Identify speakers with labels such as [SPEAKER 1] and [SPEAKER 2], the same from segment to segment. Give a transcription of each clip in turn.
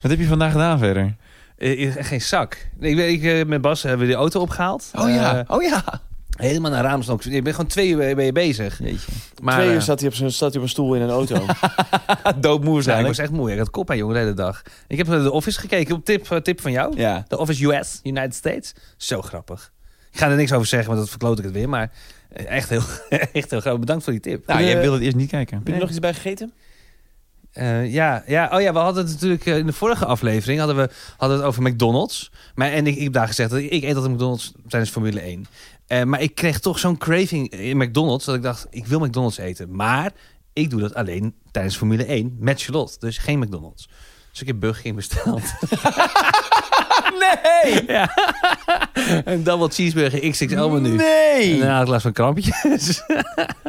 [SPEAKER 1] Wat heb je vandaag gedaan verder?
[SPEAKER 2] Eh, eh, geen zak. Nee, ik, ben- ik, eh, met Bas hebben we de auto opgehaald. Eh,
[SPEAKER 1] oh ja.
[SPEAKER 2] helemaal naar Raamsdonk. Ik ben gewoon twee uur eh, ben je bezig.
[SPEAKER 1] Jeetje.
[SPEAKER 2] Maar,
[SPEAKER 3] Twee uur
[SPEAKER 2] eh,
[SPEAKER 3] zat hij, op zijn, zat hij op een stoel in een auto.
[SPEAKER 1] Doodmoe
[SPEAKER 2] nou,
[SPEAKER 1] zijn.
[SPEAKER 2] ik was echt moe. Ik had kop aan jongen de hele dag. Ik heb naar de Office gekeken. Op tip, eh, tip van jou.
[SPEAKER 1] Ja.
[SPEAKER 2] De Office US, United States. Zo grappig. Ik ga er niks over zeggen, want dat verkloot ik het weer. Maar eh, echt heel, echt heel grappig. Bedankt voor die tip.
[SPEAKER 1] Nou,
[SPEAKER 3] Eh,
[SPEAKER 1] jij wilde het eerst niet kijken.
[SPEAKER 3] Heb je er nog iets bij gegeten?
[SPEAKER 2] Eh, ja, ja, oh ja, we hadden het natuurlijk eh, in de vorige aflevering hadden we hadden we het over McDonald's. Maar, en ik, ik heb daar gezegd dat ik, ik eet altijd McDonald's tijdens Formule 1. Eh, maar ik kreeg toch zo'n craving in McDonald's dat ik dacht, ik wil McDonald's eten. Maar ik doe dat alleen tijdens Formule 1 met Charlotte. Dus geen McDonald's. Dus ik heb Burger King besteld. nee! Ja. Een double cheeseburger XXL menu.
[SPEAKER 1] Nee!
[SPEAKER 2] En daarna had ik last van krampjes.
[SPEAKER 1] eh,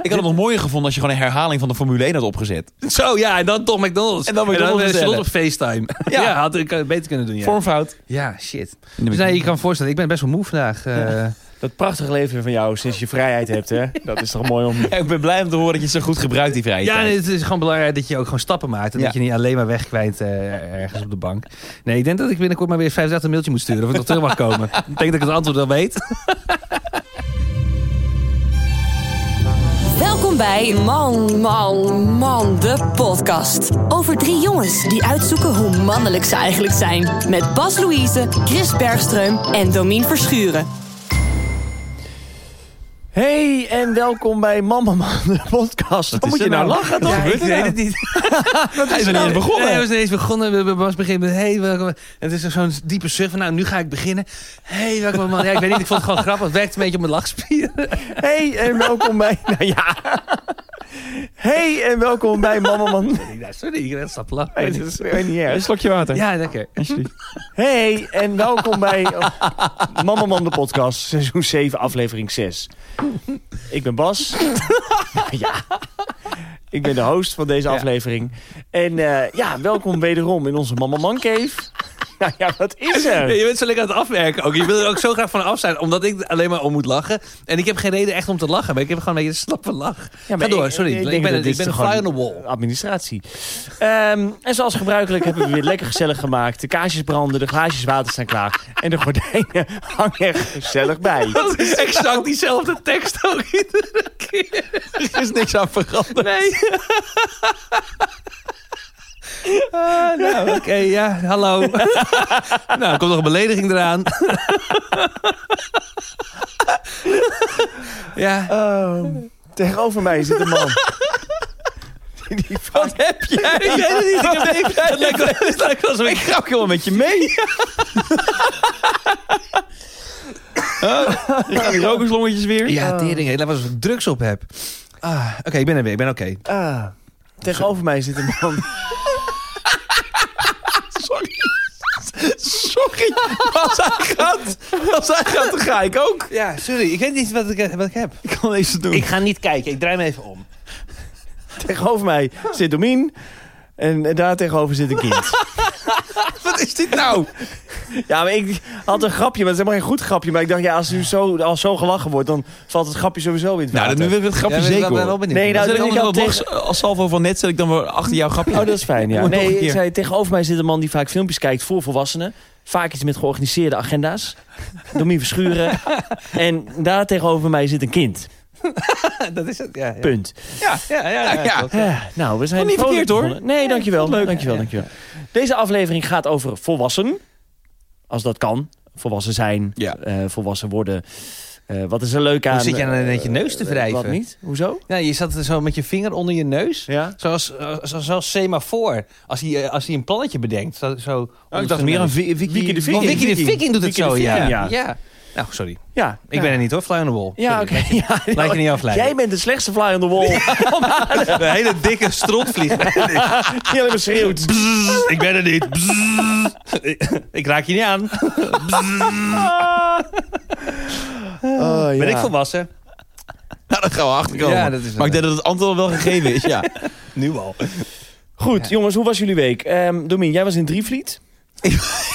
[SPEAKER 1] Ik had het nog mooier gevonden als je gewoon een herhaling van de Formule 1 had opgezet.
[SPEAKER 2] Zo, ja, en dan toch McDonald's.
[SPEAKER 1] En dan McDonald's
[SPEAKER 2] eh, Charlotte op
[SPEAKER 1] bestellen.
[SPEAKER 2] FaceTime.
[SPEAKER 1] Ja.
[SPEAKER 2] Ja, had ik eh, beter kunnen doen, ja.
[SPEAKER 1] Vormfout.
[SPEAKER 2] Ja, shit. Dus nee, je kan voorstellen, ik ben best wel moe vandaag. eh.
[SPEAKER 3] Dat prachtige leven van jou sinds je vrijheid hebt, hè? Dat is toch mooi om...
[SPEAKER 1] Ja, ik ben blij om te horen dat je het zo goed gebruikt, die vrijheid.
[SPEAKER 2] ja, nee, het is gewoon belangrijk dat je ook gewoon stappen maakt. En
[SPEAKER 1] Ja.
[SPEAKER 2] dat je niet alleen maar wegkwijnt eh, ergens op de bank. Nee, ik denk dat ik binnenkort maar weer 35 een mailtje moet sturen. Of ik nog terug mag komen. ik denk dat ik het antwoord wel weet.
[SPEAKER 4] Welkom bij Man, Man, Man, de podcast. Over drie jongens die uitzoeken hoe mannelijk ze eigenlijk zijn. Met Bas Louise, Chris Bergström en Domien Verschuren.
[SPEAKER 3] Hey en welkom bij Mama Man, de podcast. Wat
[SPEAKER 1] is
[SPEAKER 3] moet je
[SPEAKER 1] er
[SPEAKER 3] nou
[SPEAKER 1] nou?
[SPEAKER 3] lachen, toch?
[SPEAKER 1] Ja, ik
[SPEAKER 3] Gebeurt er
[SPEAKER 1] weet
[SPEAKER 3] nou?
[SPEAKER 1] het Hij is er niet eens
[SPEAKER 2] Nee, we
[SPEAKER 1] begonnen.
[SPEAKER 2] zijn ineens begonnen. We- We was begin met, hey, welkom. En het is zo'n diepe surf. Nou, nu ga ik beginnen. hey, welkom man. Ja, ik weet niet, ik vond het gewoon grappig. Het werkt een beetje op mijn lachspieren.
[SPEAKER 3] Hey en welkom bij... Nou ja. Hey en welkom bij Mama Man.
[SPEAKER 2] Ja, sorry, ik ben stap lach.
[SPEAKER 3] Nee, dat is weer niet
[SPEAKER 1] Een
[SPEAKER 3] erg.
[SPEAKER 1] slokje water.
[SPEAKER 2] Ja, lekker.
[SPEAKER 1] Alsjeblieft.
[SPEAKER 3] Hey en welkom bij Mama Man, de podcast. Seizoen 7, aflevering 6. Ik ben Bas. ja. Ik ben de host van deze
[SPEAKER 1] Ja.
[SPEAKER 3] aflevering. En eh, ja, welkom wederom in onze Mama Man Cave. Nou ja, wat is er?
[SPEAKER 2] je bent zo lekker aan het afwerken ook. Je wil er ook zo graag van af zijn, omdat ik alleen maar om moet lachen. En ik heb geen reden echt om te lachen, maar ik heb gewoon een beetje een slappe lach.
[SPEAKER 3] Ja,
[SPEAKER 2] Ga
[SPEAKER 3] maar
[SPEAKER 2] door,
[SPEAKER 3] ik-
[SPEAKER 2] sorry.
[SPEAKER 3] ik
[SPEAKER 2] Ik,
[SPEAKER 3] denk
[SPEAKER 2] ben,
[SPEAKER 3] dat
[SPEAKER 2] een- ik
[SPEAKER 3] dit
[SPEAKER 2] ben een
[SPEAKER 3] gewoon-
[SPEAKER 2] fly on the wall.
[SPEAKER 3] Administratie. Ehm, en zoals gebruikelijk hebben we weer lekker gezellig gemaakt. De kaasjes branden, de glaasjes water staan klaar. En de gordijnen hangen er gezellig bij.
[SPEAKER 2] Dat is exact diezelfde tekst ook iedere keer.
[SPEAKER 1] Er is niks aan veranderd.
[SPEAKER 2] Nee. Ah, nou, oké, ja, hallo. nou, er komt nog een belediging eraan. ja.
[SPEAKER 3] Ehm, tegenover mij zit een man. Die van...
[SPEAKER 1] Heb jij?
[SPEAKER 2] Ik weet het niet, ik heb even... Het lijkt wel- het lijkt wel alsof
[SPEAKER 1] Ik
[SPEAKER 2] ik-
[SPEAKER 1] grap helemaal met je mee. Oh, je gaat die rokerslongetjes weer.
[SPEAKER 3] Oh.
[SPEAKER 2] Ja, tering, hé, laat maar eens of ik drugs op heb. Ah, oké, ik ben er weer, ik ben oké.
[SPEAKER 3] Ah, tegenover mij zit een man.
[SPEAKER 1] Sorry. Sorry. Als hij gaat, als hij gaat, dan ga ik ook.
[SPEAKER 2] Ja, sorry, ik weet niet wat ik, wat ik heb.
[SPEAKER 1] Ik kan deze doen.
[SPEAKER 2] ga niet kijken, ik draai me even om.
[SPEAKER 3] Tegenover mij zit Domien. En eh, daar tegenover zit een kind.
[SPEAKER 1] wat is dit nou?
[SPEAKER 3] Ja, maar ik had een grapje, maar het is helemaal geen goed grapje. Maar ik dacht, ja, als nu zo, als zo gelachen wordt, dan valt het grapje sowieso in het
[SPEAKER 1] Nou,
[SPEAKER 3] water.
[SPEAKER 1] dan nu wil ik het grapje
[SPEAKER 2] Ja, ben ik
[SPEAKER 1] zeker.
[SPEAKER 2] wel, ben
[SPEAKER 1] hoor.
[SPEAKER 2] wel benieuwd.
[SPEAKER 3] Nee, nou,
[SPEAKER 1] Dan zet ik
[SPEAKER 3] ik had
[SPEAKER 1] altijd wel
[SPEAKER 3] tegen-
[SPEAKER 1] box, als Salvo van net zet ik dan weer achter jouw grapje.
[SPEAKER 3] Oh, dat is fijn, ja.
[SPEAKER 1] Doe het nog een
[SPEAKER 3] Nee, ik
[SPEAKER 1] keer.
[SPEAKER 3] zei, tegenover mij zit een man die vaak filmpjes kijkt voor volwassenen. Vaak iets met georganiseerde agenda's. Domien Verschuren. En daar tegenover mij zit een kind.
[SPEAKER 2] dat is het, ja. Ja,
[SPEAKER 3] Punt.
[SPEAKER 2] ja, ja. ja,
[SPEAKER 1] Ja, ja.
[SPEAKER 2] klopt.
[SPEAKER 3] Eh, nou, we zijn
[SPEAKER 1] Niet
[SPEAKER 3] vrolijk
[SPEAKER 1] verkeerd, hoor.
[SPEAKER 3] begonnen. Nee, dankjewel.
[SPEAKER 1] leuk.
[SPEAKER 3] Dankjewel,
[SPEAKER 2] Ja.
[SPEAKER 3] dankjewel. Deze aflevering gaat over volwassen. Als dat kan. Volwassen zijn.
[SPEAKER 1] Ja.
[SPEAKER 3] eh, volwassen worden. Eh, wat is er leuk aan?
[SPEAKER 2] Hoe zit jij nou
[SPEAKER 3] eh,
[SPEAKER 2] net je neus te
[SPEAKER 3] eh,
[SPEAKER 2] wrijven?
[SPEAKER 3] Wat niet? Hoezo?
[SPEAKER 2] Nou, je zat er zo met je vinger onder je neus.
[SPEAKER 3] Ja.
[SPEAKER 2] Zoals, eh, zo- zoals semafoor. Als hij, eh, als hij een plannetje bedenkt. Zo, zo
[SPEAKER 1] Oh, ik dacht meer aan Vi- Vicky
[SPEAKER 3] Vicky de Viking.
[SPEAKER 2] Oh, Wiki de
[SPEAKER 3] Viking.
[SPEAKER 2] Viking doet het
[SPEAKER 3] Wiki de
[SPEAKER 2] zo, ja.
[SPEAKER 3] Viking,
[SPEAKER 2] ja.
[SPEAKER 3] ja.
[SPEAKER 2] Nou, sorry. Ik
[SPEAKER 3] Ja. ja.
[SPEAKER 2] ben er niet hoor, fly on the wall.
[SPEAKER 3] Ja, oké.
[SPEAKER 2] Sorry.
[SPEAKER 3] Ja,
[SPEAKER 2] Laat je niet afleiden.
[SPEAKER 3] Jij bent de slechtste fly on the wall.
[SPEAKER 2] Een hele dikke strontvlieg.
[SPEAKER 3] Die alleen maar schreeuwt.
[SPEAKER 2] Bzzz, ik ben er niet. Bzzz. Ik- Ik raak je niet aan. Ben ik volwassen?
[SPEAKER 1] Nou, dan gaan we achterkomen.
[SPEAKER 2] Ja, dat is
[SPEAKER 1] maar ik denk dat het antwoord wel gegeven is, ja.
[SPEAKER 2] Nu al.
[SPEAKER 3] Goed, jongens, hoe was jullie week? Ehm Domien, jij was in Drievliet.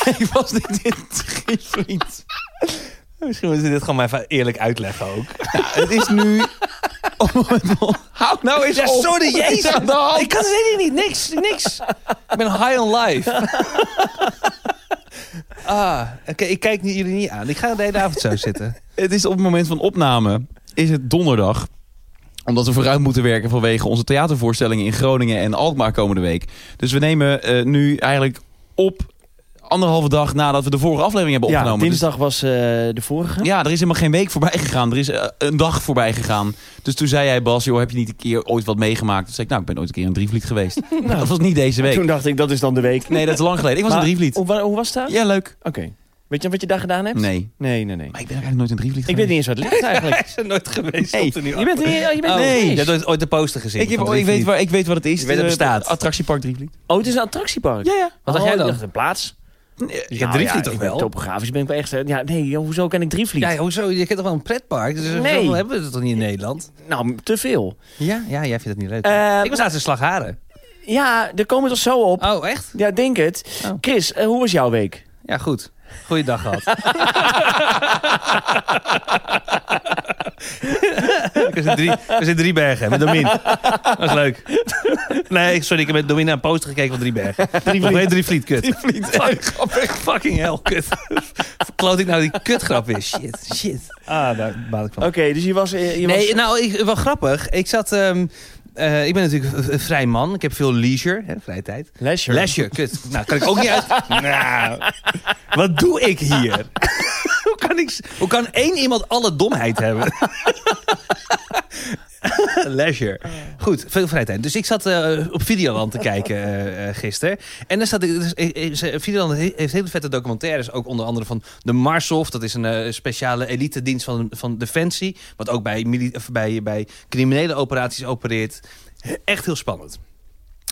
[SPEAKER 1] ik was niet in het vriend.
[SPEAKER 2] Misschien moeten we dit gewoon maar even eerlijk uitleggen ook.
[SPEAKER 1] Het is nu Hou nou eens
[SPEAKER 2] Ja,
[SPEAKER 1] op.
[SPEAKER 2] sorry,
[SPEAKER 1] Wat is
[SPEAKER 2] jezus.
[SPEAKER 1] aan de hand?
[SPEAKER 2] Ik kan het helemaal niet. Niks, niks. ik ben high on life. ah, oké. ik kijk niet- jullie niet aan. Ik ga de hele avond zo zitten.
[SPEAKER 1] Het is op het moment van opname, is het donderdag. Omdat we vooruit moeten werken vanwege onze theatervoorstellingen in Groningen en Alkmaar komende week. Dus we nemen eh, nu eigenlijk op anderhalve dag nadat we de vorige aflevering hebben
[SPEAKER 3] Ja,
[SPEAKER 1] opgenomen. Dus-
[SPEAKER 3] dinsdag was eh, de vorige.
[SPEAKER 1] Ja, er is helemaal geen week voorbij gegaan. Er is eh, een dag voorbij gegaan. Dus toen zei jij, Bas, joh, heb je niet een keer ooit wat meegemaakt? Toen zei ik, nou, ik ben ooit een keer een drievliet geweest. Maar dat was niet deze week.
[SPEAKER 3] Toen dacht ik, dat is dan de week.
[SPEAKER 1] Nee, dat is lang geleden. Ik was
[SPEAKER 3] Maar
[SPEAKER 1] een drievliet.
[SPEAKER 3] Hoe, wa- hoe was dat?
[SPEAKER 1] Ja, leuk.
[SPEAKER 3] Oké. Weet je wat je daar gedaan hebt?
[SPEAKER 1] Nee.
[SPEAKER 3] Nee, nee, nee.
[SPEAKER 1] Maar ik ben eigenlijk nooit een drievliet
[SPEAKER 3] Ik
[SPEAKER 1] geweest.
[SPEAKER 3] weet niet eens wat het ligt eigenlijk.
[SPEAKER 2] Hij is er nooit geweest
[SPEAKER 1] Hey,
[SPEAKER 2] op de nieuwe
[SPEAKER 3] Je bent er niet, oh, je bent er niet
[SPEAKER 2] Nee,
[SPEAKER 3] eens.
[SPEAKER 2] je hebt ooit de poster gezien.
[SPEAKER 1] Ik, heb,
[SPEAKER 2] van
[SPEAKER 1] ik, weet
[SPEAKER 2] Drievliet.
[SPEAKER 1] waar, ik weet wat het is.
[SPEAKER 2] Je weet dat
[SPEAKER 1] Eh,
[SPEAKER 2] het bestaat.
[SPEAKER 1] Attractiepark Drievliet.
[SPEAKER 3] Oh, het is een attractiepark.
[SPEAKER 1] Ja, ja.
[SPEAKER 2] Wat dacht
[SPEAKER 3] Oh,
[SPEAKER 2] jij
[SPEAKER 3] ik
[SPEAKER 2] dan?
[SPEAKER 3] dacht een plaats.
[SPEAKER 2] Je
[SPEAKER 3] Nou
[SPEAKER 2] kent Drievliet
[SPEAKER 3] ja,
[SPEAKER 2] toch
[SPEAKER 3] ik ben
[SPEAKER 2] wel?
[SPEAKER 3] Topografisch ben ik wel echt... hè. Ja, nee, joh, hoezo ken ik Drievliet?
[SPEAKER 2] Ja, ja, hoezo? Je kent toch wel een pretpark? Dus
[SPEAKER 3] Nee.
[SPEAKER 2] nee. hebben we het toch niet in Nederland?
[SPEAKER 3] Nou, te veel.
[SPEAKER 2] Ja, ja jij vindt dat niet leuk.
[SPEAKER 3] Eh,
[SPEAKER 2] ik was laatst in Slagharen.
[SPEAKER 3] Ja, daar komen we toch zo op.
[SPEAKER 2] Oh, echt?
[SPEAKER 3] Ja, denk het.
[SPEAKER 2] Oh.
[SPEAKER 3] Chris, eh, hoe was jouw week?
[SPEAKER 2] Ja, goed. Goeiedag gehad. ik was in, drie, ik was in Driebergen met Domin. Dat was leuk. Nee, sorry, ik heb met Domin naar een poster gekeken van Driebergen. Drievliet. Of nee, Drievliet, kut. Fuck, Fucking hell, kut. Kloot ik nou die kutgrap weer. Shit, shit. Ah, daar baal ik van.
[SPEAKER 3] Oké, dus je was... eh, Je
[SPEAKER 2] nee,
[SPEAKER 3] was...
[SPEAKER 2] nou, ik, wel grappig. Ik zat... ehm, eh, ik ben natuurlijk een vrij man. Ik heb veel leisure, hè, vrije tijd.
[SPEAKER 3] Lesje.
[SPEAKER 2] Lesje, kut. Nou, kan ik ook niet uit. Nou, wat doe ik hier? hoe, kan ik, s- hoe kan één iemand alle domheid hebben? Leisure. Goed, veel vrije tijd. Dus ik zat eh, op Videoland te kijken eh, eh, gisteren. En dan zat ik... Dus, eh, eh, ze- Videoland he- heeft hele vette documentaires. Ook onder andere van de Marsof. Dat is een eh, speciale elite dienst van, van Defensie. Wat ook bij, mili- of bij, bij criminele operaties opereert. Echt heel spannend.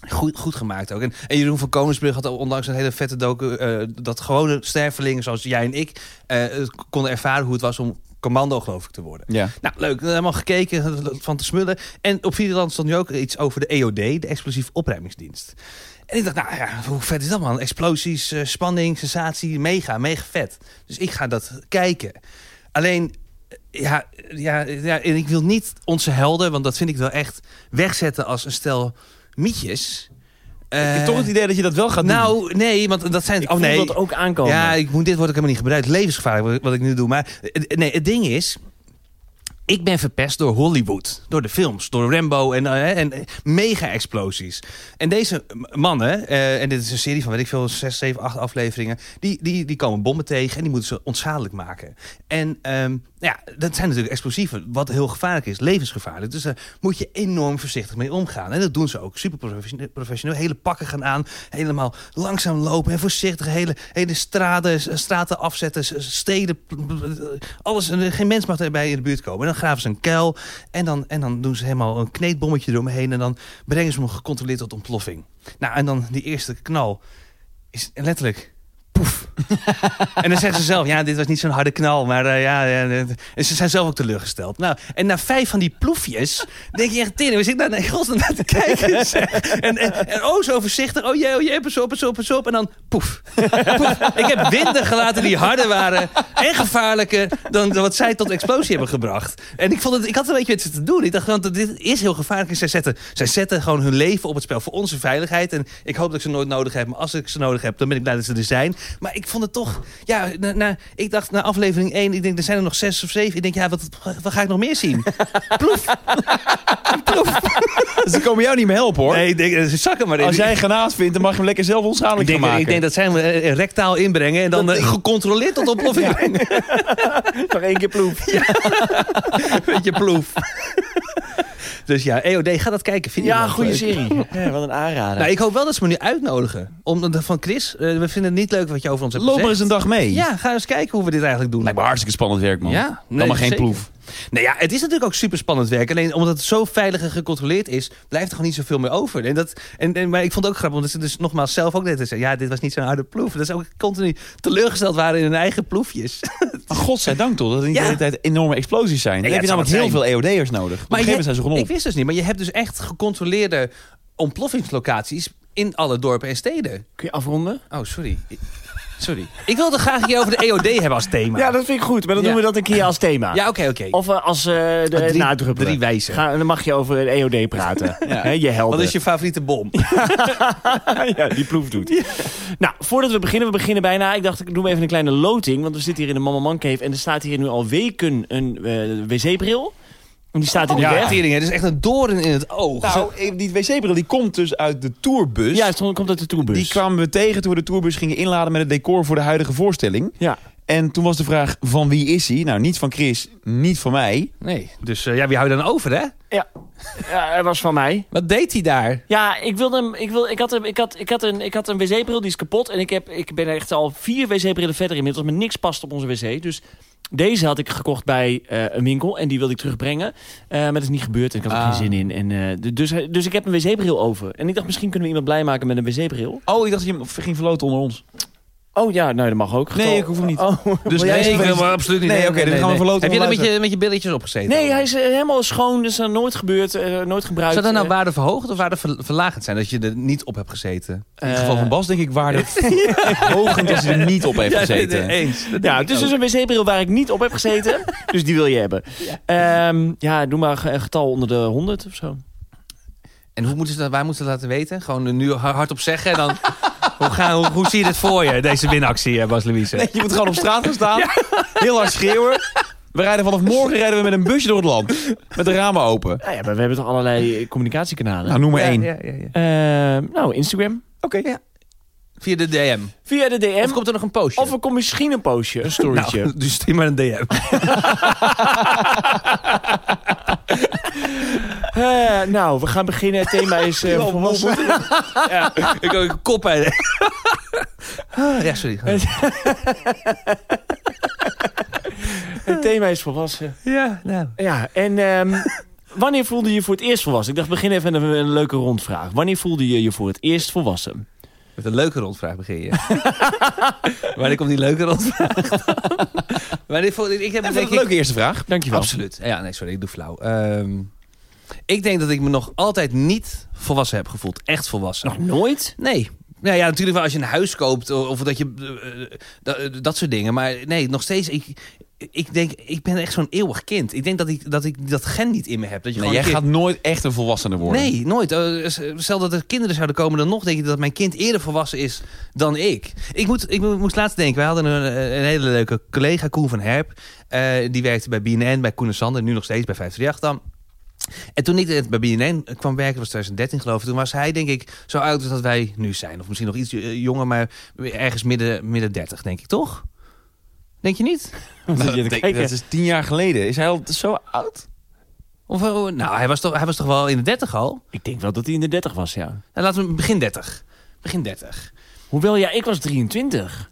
[SPEAKER 2] Goed, goed gemaakt ook. En, en Jeroen van Koningsbrug had onlangs een hele vette docu... eh, dat gewone stervelingen zoals jij en ik... eh, het konden ervaren hoe het was om commando, geloof ik, te worden.
[SPEAKER 1] Ja.
[SPEAKER 2] Nou, leuk. Helemaal gekeken, van te smullen. En op Videoland stond nu ook iets over de EOD, de Explosief Opruimingsdienst. En ik dacht, nou ja, hoe vet is dat man? Explosies, eh, spanning, sensatie, mega, mega vet. Dus ik ga dat kijken. Alleen, eh, ja, ja, ja, en ik wil niet onze helden, want dat vind ik wel echt wegzetten als een stel mietjes.
[SPEAKER 1] Ik
[SPEAKER 2] Eh.
[SPEAKER 1] heb toch het idee dat je dat wel gaat doen.
[SPEAKER 2] nou, nee, want dat zijn...
[SPEAKER 3] Ik
[SPEAKER 2] oh
[SPEAKER 3] voel
[SPEAKER 2] nee,
[SPEAKER 3] dat ook aankomen.
[SPEAKER 2] ja, ik moet, dit wordt ook helemaal niet gebruikt. Levensgevaarlijk wat ik- wat ik nu doe. Maar eh, nee, het ding is... Ik ben verpest door Hollywood. Door de films. Door Rambo en, eh, en eh, mega-explosies. En deze m- mannen... eh, en dit is een serie van, weet ik veel, zes, zeven, acht afleveringen... Die, die, die komen bommen tegen en die moeten ze onschadelijk maken. En ehm, ja, dat zijn natuurlijk explosieven. Wat heel gevaarlijk is. Levensgevaarlijk. Dus daar moet je enorm voorzichtig mee omgaan. En dat doen ze ook. Super professioneel. professioneel. Hele pakken gaan aan. Helemaal langzaam lopen en voorzichtig. Hele, hele straten, eh, straten afzetten. s- Steden. p- p- Alles. En Geen mens mag erbij in de buurt komen. En dan graven ze een kuil. En dan, en dan doen ze helemaal een kneedbommetje eromheen. En dan brengen ze hem gecontroleerd tot ontploffing. Nou, en dan die eerste knal is letterlijk. Poef. en dan zeggen ze zelf, ja, dit was niet zo'n harde knal, maar eh, ja, ja, dit- en ze zijn zelf ook teleurgesteld. Nou, en na vijf van die ploefjes, denk je echt, tering, we zitten daar in godsnaam naar te kijken. zeg. En, en, en oh, zo voorzichtig, oh jee, oh jee, pas op, pas op, pas op. En dan, poef. poef. Ik heb winden gelaten die harder waren en gevaarlijker dan, dan wat zij tot explosie hebben gebracht. En ik, vond het, ik had een beetje met ze te doen. Ik dacht, want dit is heel gevaarlijk. En zij zetten, zij zetten gewoon hun leven op het spel voor onze veiligheid. En ik hoop dat ik ze nooit nodig heb. Maar als ik ze nodig heb, dan ben ik blij dat ze er zijn. Maar ik vond het toch... Ja, na, na- ik dacht na aflevering 1, ik denk, er zijn er nog zes of zeven. Ik denk, ja, wat, wat ga ik nog meer zien? Ploef. Ploef.
[SPEAKER 1] Ze komen jou niet meer helpen hoor.
[SPEAKER 2] Nee, ik denk, eh, zak hem maar in.
[SPEAKER 1] Als jij een granaat vindt, dan mag je hem lekker zelf
[SPEAKER 2] ik
[SPEAKER 1] onschadelijk
[SPEAKER 2] denk,
[SPEAKER 1] gaan maken.
[SPEAKER 2] ik denk dat zij hem eh, rectaal inbrengen en dan eh, gecontroleerd tot ontploffing brengen.
[SPEAKER 3] Nog één keer ploef.
[SPEAKER 2] Beetje ploef. dus ja, EOD, ga dat kijken. Vind je
[SPEAKER 3] Ja,
[SPEAKER 2] wel
[SPEAKER 3] goede
[SPEAKER 2] leuk.
[SPEAKER 3] serie. Ja, wat een aanrader.
[SPEAKER 2] Nou, ik hoop wel dat ze me nu uitnodigen. Om, van Chris, eh, we vinden het niet leuk wat je over ons hebt
[SPEAKER 1] Loop maar
[SPEAKER 2] gezegd.
[SPEAKER 1] eens een dag mee.
[SPEAKER 2] Ja, ga eens kijken hoe we dit eigenlijk doen.
[SPEAKER 1] Lijkt me hartstikke spannend werk, man.
[SPEAKER 2] Ja,
[SPEAKER 1] dan
[SPEAKER 2] nee,
[SPEAKER 1] maar geen
[SPEAKER 2] zeker.
[SPEAKER 1] ploef.
[SPEAKER 2] Nou ja, het is natuurlijk ook super spannend werk. Alleen omdat het zo veilig en gecontroleerd is, blijft er gewoon niet zoveel meer over. En dat, en, en, maar ik vond het ook grappig, omdat ze dus nogmaals zelf ook net zeiden... ja, dit was niet zo'n harde ploef. Dat ze ook continu teleurgesteld waren in hun eigen ploefjes.
[SPEAKER 1] Maar godzijdank toch, dat er niet
[SPEAKER 2] Ja.
[SPEAKER 1] de hele tijd enorme explosies zijn. Dan
[SPEAKER 2] ja,
[SPEAKER 1] heb je
[SPEAKER 2] het
[SPEAKER 1] namelijk
[SPEAKER 2] zou
[SPEAKER 1] heel
[SPEAKER 2] het
[SPEAKER 1] veel EOD'ers nodig. Maar op een gegeven moment zijn ze gewoon
[SPEAKER 2] ik
[SPEAKER 1] op.
[SPEAKER 2] wist dus niet, maar je hebt dus echt gecontroleerde ontploffingslocaties... in alle dorpen en steden.
[SPEAKER 3] Kun je afronden?
[SPEAKER 2] Oh, sorry. Sorry. Ik wilde graag hier over de EOD hebben als thema.
[SPEAKER 3] Ja, dat vind ik goed. Maar dan
[SPEAKER 2] Ja.
[SPEAKER 3] doen we dat een keer als thema.
[SPEAKER 2] Ja, oké, oké.
[SPEAKER 3] Of eh, als eh de
[SPEAKER 2] Drie-
[SPEAKER 3] nadruppelen.
[SPEAKER 2] drie wijzen.
[SPEAKER 3] Ga- dan mag je over het EOD praten.
[SPEAKER 1] Ja.
[SPEAKER 3] Hè, je helder.
[SPEAKER 2] Wat is je favoriete bom?
[SPEAKER 3] ja, die proef doet. Nou, voordat we beginnen, we beginnen bijna. Ik dacht, ik doe even een kleine loting. Want we zitten hier in de Mama Man Cave. En er staat hier nu al weken een eh, wc-bril. En die staat in de
[SPEAKER 2] ja,
[SPEAKER 3] weg.
[SPEAKER 2] tering, het is echt een doorn in het oog. Zo-
[SPEAKER 1] Nou, eh, die wc-bril die komt dus uit de tourbus.
[SPEAKER 3] Ja, het stond- komt uit de toebus.
[SPEAKER 1] Die kwamen we tegen toen we de tourbus gingen inladen met het decor voor de huidige voorstelling.
[SPEAKER 3] Ja.
[SPEAKER 1] En toen was de vraag van wie is hij? Nou, niet van Chris, niet van mij.
[SPEAKER 2] Nee, dus eh, ja, wie hou je dan over, hè?
[SPEAKER 3] ja, hij was van mij.
[SPEAKER 2] Wat deed hij daar?
[SPEAKER 3] Ja, ik wilde hem. Ik, wil, ik had hem. Ik had, ik had een. Ik had een wc-bril die is kapot. En ik, heb, ik ben echt al vier wc-brillen verder inmiddels. Maar niks past op onze wc. Dus deze had ik gekocht bij eh, een winkel. En die wilde ik terugbrengen. Eh, maar dat is niet gebeurd. En ik had er
[SPEAKER 1] Ah.
[SPEAKER 3] geen zin in. En, eh, d- dus, dus ik heb een wc-bril over. En ik dacht, misschien kunnen we iemand blij maken met een wc-bril.
[SPEAKER 1] Oh, ik dacht dat je hem ging verloten onder ons.
[SPEAKER 3] Oh ja, nou dat mag ook.
[SPEAKER 1] Nee, ik hoef hem niet.
[SPEAKER 3] Oh.
[SPEAKER 1] Dus
[SPEAKER 2] nee,
[SPEAKER 1] nee,
[SPEAKER 2] ik wil maar absoluut niet.
[SPEAKER 1] Nee, oké, dan gaan we verloten
[SPEAKER 2] Heb je er met
[SPEAKER 1] onderluisteren.
[SPEAKER 2] je, met je billetjes opgezeten?
[SPEAKER 3] Nee, hij is eh, helemaal schoon. Dus dat is nooit gebeurd. eh, nooit gebruikt.
[SPEAKER 2] Zou dat nou
[SPEAKER 3] Eh,
[SPEAKER 2] waarde verhoogd of waarde ver- verlagend zijn? Dat je er niet op hebt gezeten?
[SPEAKER 1] in het geval
[SPEAKER 3] eh,
[SPEAKER 1] van Bas denk ik waarde hogend als hij er niet op heeft gezeten.
[SPEAKER 2] eens. Oh,
[SPEAKER 3] Ja, het is dus een wc-bril waar ik niet op heb gezeten. dus die wil je hebben. Ja, ja doe maar een getal onder de 100 of zo.
[SPEAKER 2] En hoe moeten ze dat, waar moeten ze dat laten weten? Gewoon er nu ha- hardop zeggen en dan... hoe, gaan, hoe, hoe zie je dit voor je, deze winactie, eh, Bas Louise?
[SPEAKER 1] Nee, je moet gewoon op straat gaan staan. Heel hard schreeuwen. We rijden vanaf morgen rijden we met een busje door het land. Met de ramen open.
[SPEAKER 3] Nou ja, maar we hebben toch allerlei eh, communicatiekanalen?
[SPEAKER 1] Nou, noem maar één.
[SPEAKER 2] Ja, ja, ja, ja.
[SPEAKER 3] Ehm, nou, Instagram.
[SPEAKER 1] Oké.
[SPEAKER 2] Via de DM.
[SPEAKER 3] Via de DM.
[SPEAKER 2] Of komt er nog een postje?
[SPEAKER 3] Of er komt misschien een postje. Een storytje.
[SPEAKER 2] nou, dus stuur maar een DM.
[SPEAKER 3] Eh, nou, we gaan beginnen. Het thema is... eh, volwassen.
[SPEAKER 2] ja, ik ook een kop bij.
[SPEAKER 1] Ah,
[SPEAKER 2] ja, sorry. ga door.
[SPEAKER 3] Het thema is volwassen.
[SPEAKER 2] Ja, nou.
[SPEAKER 3] Ja, en... ehm, wanneer voelde je je voor het eerst volwassen? Ik dacht, begin even met een, een leuke rondvraag. Wanneer voelde je je voor het eerst volwassen?
[SPEAKER 2] Met een leuke rondvraag begin je. Wanneer komt die leuke rondvraag? maar dit, vond- ik heb
[SPEAKER 1] Dat
[SPEAKER 2] denk
[SPEAKER 1] een
[SPEAKER 2] ik...
[SPEAKER 1] leuke eerste vraag.
[SPEAKER 3] Dankjewel.
[SPEAKER 2] Absoluut. Ja, nee, sorry, ik doe flauw. Ehm, ik denk dat ik me nog altijd niet volwassen heb gevoeld. Echt volwassen.
[SPEAKER 1] Nou.
[SPEAKER 3] Nog nooit?
[SPEAKER 2] Nee. Nou ja, natuurlijk wel als je een huis koopt o- of dat je eh, eh, da- eh, dat soort dingen. Maar nee, nog steeds. Ik, ik denk, ik ben echt zo'n eeuwig kind. Ik denk dat ik dat, ik dat gen niet in me heb. Dat je
[SPEAKER 1] Nee,
[SPEAKER 2] gewoon
[SPEAKER 1] jij
[SPEAKER 2] een keer-
[SPEAKER 1] gaat nooit echt een volwassene worden.
[SPEAKER 2] Nee, nooit. Eh, s- Stel dat er kinderen zouden komen, dan nog denk ik dat mijn kind eerder volwassen is dan ik. Ik, moet, ik mo- moest laatst denken, wij hadden een, eh, een hele leuke collega, Koen van Herp. Eh, die werkte bij BNN, bij Koen en Sander, nu nog steeds bij 538 dan. En toen ik eh, bij BNN kwam werken, was 2013 geloof ik, toen was hij denk ik zo oud als dat wij nu zijn. Of misschien nog iets eh, jonger, maar ergens midden, midden 30 denk ik, toch? Denk je niet?
[SPEAKER 1] Nou,
[SPEAKER 3] zit je te
[SPEAKER 1] dat-
[SPEAKER 3] kijken.
[SPEAKER 1] dat is tien jaar geleden. Is hij al zo oud?
[SPEAKER 2] Of, eh, nou, hij was, toch, hij was toch wel in de 30 al?
[SPEAKER 3] Ik denk wel dat hij in de 30 was, ja.
[SPEAKER 2] Nou, laten we begin 30. Begin 30.
[SPEAKER 3] Hoewel, ja, ik was 23.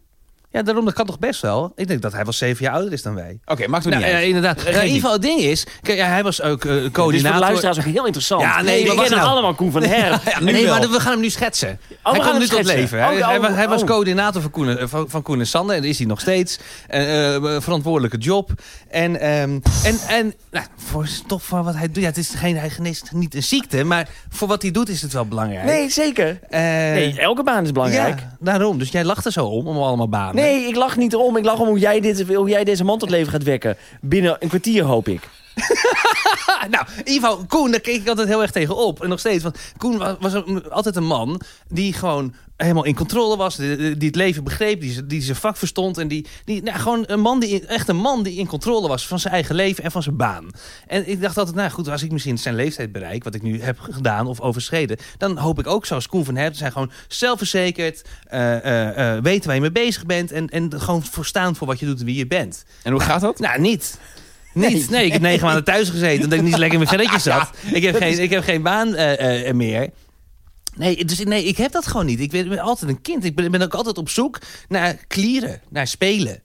[SPEAKER 2] Ja, daarom, dat kan toch best wel? Ik denk dat hij wel zeven jaar ouder is dan wij.
[SPEAKER 1] Oké, maakt het
[SPEAKER 2] Nou,
[SPEAKER 1] niet
[SPEAKER 2] ja,
[SPEAKER 1] uit.
[SPEAKER 2] inderdaad. Nou, in
[SPEAKER 1] niet.
[SPEAKER 2] ieder geval, het ding is... Kijk, ja, hij was ook eh,
[SPEAKER 3] Dit is Dus voor de
[SPEAKER 2] coördinator...
[SPEAKER 3] luisteraars ook heel interessant.
[SPEAKER 2] Ja, nee,
[SPEAKER 3] we
[SPEAKER 2] maar
[SPEAKER 3] kennen
[SPEAKER 2] wacht nou.
[SPEAKER 3] allemaal Koen van der Herp.
[SPEAKER 1] Ja, nu
[SPEAKER 2] nee,
[SPEAKER 1] wel.
[SPEAKER 2] maar we gaan hem nu schetsen. hij
[SPEAKER 3] gaan
[SPEAKER 2] komt
[SPEAKER 3] hem
[SPEAKER 2] nu tot
[SPEAKER 3] schetsen.
[SPEAKER 2] leven. Hij,
[SPEAKER 3] Oh,
[SPEAKER 2] hij, was,
[SPEAKER 3] oh,
[SPEAKER 2] hij was
[SPEAKER 3] oh.
[SPEAKER 2] coördinator van Koen, en- van, van Koen en Sander. En dat is hij nog steeds. Eh, eh, verantwoordelijke job. En, ehm, en, en nou, voor, toch voor wat hij doet... Ja, het is geen, hij geneest niet een ziekte. Maar voor wat hij doet is het wel belangrijk.
[SPEAKER 3] Nee, zeker.
[SPEAKER 2] Eh,
[SPEAKER 3] Nee, elke baan is belangrijk.
[SPEAKER 2] Ja, daarom. Dus jij lacht er zo om, om allemaal banen.
[SPEAKER 3] Nee, ik lach niet om. Ik lach om hoe jij, dit, hoe jij deze man tot leven gaat wekken. Binnen een kwartier, hoop ik.
[SPEAKER 2] Ah, nou, in ieder geval, Koen, daar keek ik altijd heel erg tegen op. En nog steeds. Want Koen wa- was, een- altijd een man die gewoon helemaal in controle was. Die, die het leven begreep, die, z- die zijn vak verstond. En die, die nou, gewoon een man die, in- echt een man die in controle was van zijn eigen leven en van zijn baan. En ik dacht altijd, nou goed, als ik misschien zijn leeftijd bereik, wat ik nu heb gedaan of overschreden, dan hoop ik ook zoals Koen van Herp te zijn, gewoon zelfverzekerd, eh, eh, eh, weten waar je mee bezig bent en, en gewoon voor staan voor wat je doet en wie je bent.
[SPEAKER 1] En hoe gaat dat?
[SPEAKER 2] Nou, niet. Niet. Nee, ik heb negen maanden thuis gezeten omdat ik niet zo lekker in mijn velletjes zat. Ik heb geen, ik heb geen baan eh, eh, meer. Nee, dus nee, ik heb dat gewoon niet. Ik ben, ik ben altijd een kind. Ik ben, ben ook altijd op zoek naar klieren, naar spelen.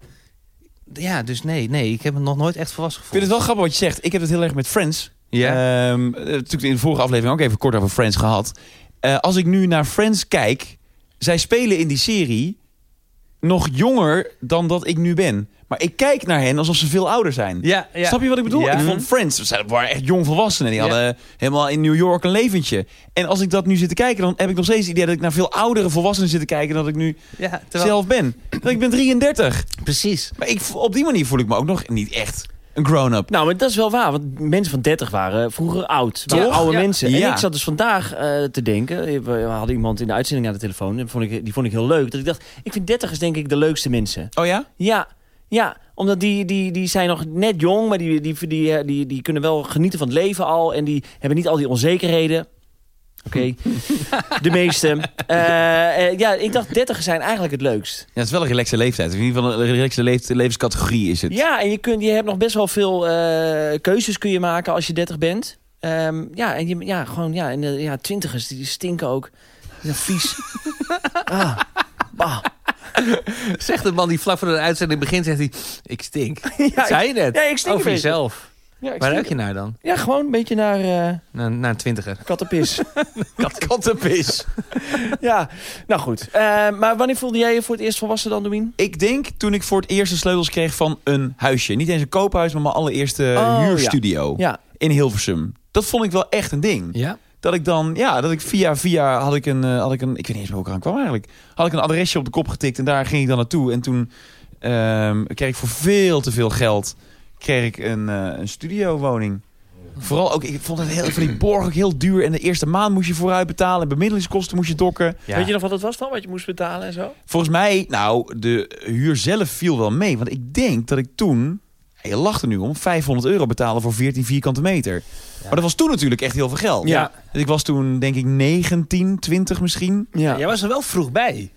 [SPEAKER 2] Ja, dus nee, nee, ik heb me nog nooit echt volwassen
[SPEAKER 1] Ik vind
[SPEAKER 2] gevoeld.
[SPEAKER 1] het wel grappig wat je zegt. Ik heb het heel erg met Friends. Ehm, eh, natuurlijk in de vorige aflevering ook even kort over Friends gehad. Eh, als ik nu naar Friends kijk, zij spelen in die serie nog jonger dan dat ik nu ben. Maar ik kijk naar hen alsof ze veel ouder zijn.
[SPEAKER 2] Ja, ja.
[SPEAKER 1] Snap je wat ik bedoel?
[SPEAKER 2] Ja. Mhm.
[SPEAKER 1] Ik vond Friends, we zijn- we waren echt jong volwassenen. Die
[SPEAKER 2] Ja.
[SPEAKER 1] hadden helemaal in New York een leventje. En als ik dat nu zit te kijken, dan heb ik nog steeds het idee dat ik naar veel oudere volwassenen zit te kijken dan dat ik nu
[SPEAKER 2] Ja, terwijl-
[SPEAKER 1] zelf ben. Want ik ben 33.
[SPEAKER 2] Precies.
[SPEAKER 1] Maar ik, vo- op die manier voel ik me ook nog niet echt een grown-up.
[SPEAKER 3] Nou, maar dat is wel waar. Want mensen van 30 waren vroeger oud. Waren
[SPEAKER 2] Toch?
[SPEAKER 3] oude
[SPEAKER 2] Ja.
[SPEAKER 3] mensen. En
[SPEAKER 1] Ja.
[SPEAKER 3] ik zat dus vandaag eh, te denken. We, we hadden iemand in de uitzending aan de telefoon. En vond ik, die vond ik heel leuk. Dat ik dacht, ik vind 30 is denk ik de leukste mensen.
[SPEAKER 1] Oh ja?
[SPEAKER 3] Ja, ja omdat die, die, die zijn nog net jong, maar die, die, die, eh, die, die kunnen wel genieten van het leven al. En die hebben niet al die onzekerheden. Oké, de meeste. Eh, eh, ja, ik dacht 30 zijn eigenlijk het leukst.
[SPEAKER 1] Ja, het is wel een relaxe leeftijd. In ieder geval een relaxe leef- levenscategorie is het.
[SPEAKER 3] Ja, en je, kunt, je hebt nog best wel veel eh, keuzes kun je maken als je 30 bent. Ehm, ja, en je, ja, gewoon, ja, en de ja, twintigers, die stinken ook. Ja, vies. ah, bah.
[SPEAKER 2] Zegt de man die vlak voor de uitzending begint, zegt hij... Ik stink.
[SPEAKER 3] Ja,
[SPEAKER 2] Zei je net?
[SPEAKER 3] ja, ik stink
[SPEAKER 2] Over
[SPEAKER 3] een beetje.
[SPEAKER 2] jezelf.
[SPEAKER 3] Ja, ik
[SPEAKER 2] Waar ruik
[SPEAKER 3] stink.
[SPEAKER 2] je naar dan?
[SPEAKER 3] ja, gewoon een beetje naar eh
[SPEAKER 2] Naar, naar een twintiger.
[SPEAKER 3] kattenpis.
[SPEAKER 1] Kattenpis.
[SPEAKER 3] ja, nou goed. Eh, maar wanneer voelde jij je voor het eerst volwassen dan, Domien?
[SPEAKER 1] Ik denk toen ik voor het eerst de sleutels kreeg van een huisje. Niet eens een koophuis, maar mijn allereerste
[SPEAKER 3] Oh, ja.
[SPEAKER 1] huurstudio
[SPEAKER 3] Ja.
[SPEAKER 1] in Hilversum. Dat vond ik wel echt een ding.
[SPEAKER 2] Ja?
[SPEAKER 1] Dat ik dan, ja, dat ik via via had ik een, eh, had ik een, ik weet niet eens meer hoe ik eraan kwam eigenlijk. Had ik een adresje op de kop getikt en daar ging ik dan naartoe. En toen ehm, kreeg ik voor veel te veel geld, kreeg ik een, eh een studiowoning. Vooral ook, ik vond het heel, van die borg ook heel duur. En de eerste maand moest je vooruit betalen. En bemiddelingskosten moest je dokken.
[SPEAKER 2] Ja.
[SPEAKER 3] Weet je nog wat dat was dan, wat je moest betalen en zo?
[SPEAKER 1] Volgens mij, nou, de huur zelf viel wel mee. Want ik denk dat ik toen, je lacht er nu om, 500 euro betalen voor 14 vierkante meter. Maar dat was toen natuurlijk echt heel veel geld.
[SPEAKER 3] Ja.
[SPEAKER 1] Dus ik was toen, denk ik, 19, 20 misschien.
[SPEAKER 3] Ja.
[SPEAKER 2] Jij was er wel vroeg bij.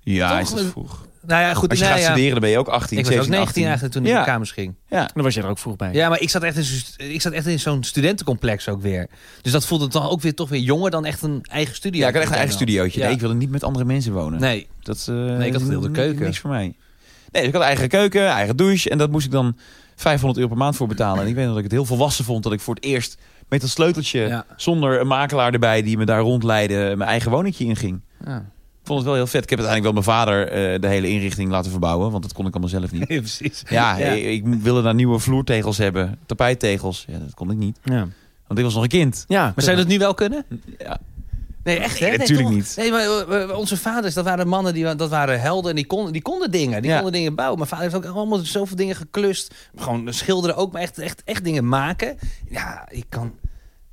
[SPEAKER 1] Ja,
[SPEAKER 2] Toch?
[SPEAKER 1] is dat vroeg.
[SPEAKER 2] Nou ja, goed.
[SPEAKER 1] Als je
[SPEAKER 2] nou
[SPEAKER 1] gaat
[SPEAKER 2] ja,
[SPEAKER 1] studeren, dan ben je ook 18,
[SPEAKER 2] Ik was ook
[SPEAKER 1] 17,
[SPEAKER 2] 19 eigenlijk toen ik in de
[SPEAKER 1] Ja.
[SPEAKER 2] kamers ging.
[SPEAKER 1] Ja.
[SPEAKER 3] Dan was je er ook vroeg bij.
[SPEAKER 2] Ja, maar ik zat echt in, zo'n- ik zat echt in zo'n studentencomplex ook weer. Dus dat voelde dan ook weer toch weer jonger dan echt een eigen studio.
[SPEAKER 1] ja, ik had echt een eigen studiootje.
[SPEAKER 2] Ja.
[SPEAKER 1] Nee, ik wilde niet met andere mensen wonen.
[SPEAKER 2] Nee,
[SPEAKER 1] Dat, eh,
[SPEAKER 2] ik had een wilde
[SPEAKER 1] n-
[SPEAKER 2] keuken.
[SPEAKER 1] Niks voor mij. Nee, dus ik had een eigen keuken, eigen douche. En dat moest ik dan 500 euro per maand voor betalen. En ik weet nog dat ik het heel volwassen vond dat ik voor het eerst met een sleuteltje...
[SPEAKER 2] Ja.
[SPEAKER 1] zonder een makelaar erbij die me daar rondleidde... mijn eigen woningje inging.
[SPEAKER 2] Ja.
[SPEAKER 1] Ik vond het wel heel vet. Ik heb uiteindelijk wel mijn vader eh, de hele inrichting laten verbouwen. Want dat kon ik allemaal zelf niet.
[SPEAKER 2] Nee, precies.
[SPEAKER 1] Ja,
[SPEAKER 2] Ja.
[SPEAKER 1] Ik, ik wilde daar nieuwe vloertegels hebben. Tapijttegels. Ja, dat kon ik niet.
[SPEAKER 3] Ja.
[SPEAKER 1] Want ik was nog een kind.
[SPEAKER 3] ja.
[SPEAKER 2] Maar zou je dat nu wel kunnen?
[SPEAKER 1] Ja.
[SPEAKER 2] Nee, echt hè?
[SPEAKER 1] Nee,
[SPEAKER 2] Nee,
[SPEAKER 1] natuurlijk
[SPEAKER 2] toch?
[SPEAKER 1] niet.
[SPEAKER 2] Nee, maar eh, eh, onze vaders, dat waren mannen, die, wa- dat waren helden en die konden, die konden dingen. Die
[SPEAKER 1] Ja.
[SPEAKER 2] konden dingen bouwen. Mijn vader heeft ook allemaal zoveel dingen geklust. Gewoon schilderen ook, maar echt, echt, echt dingen maken. Ja, ik kan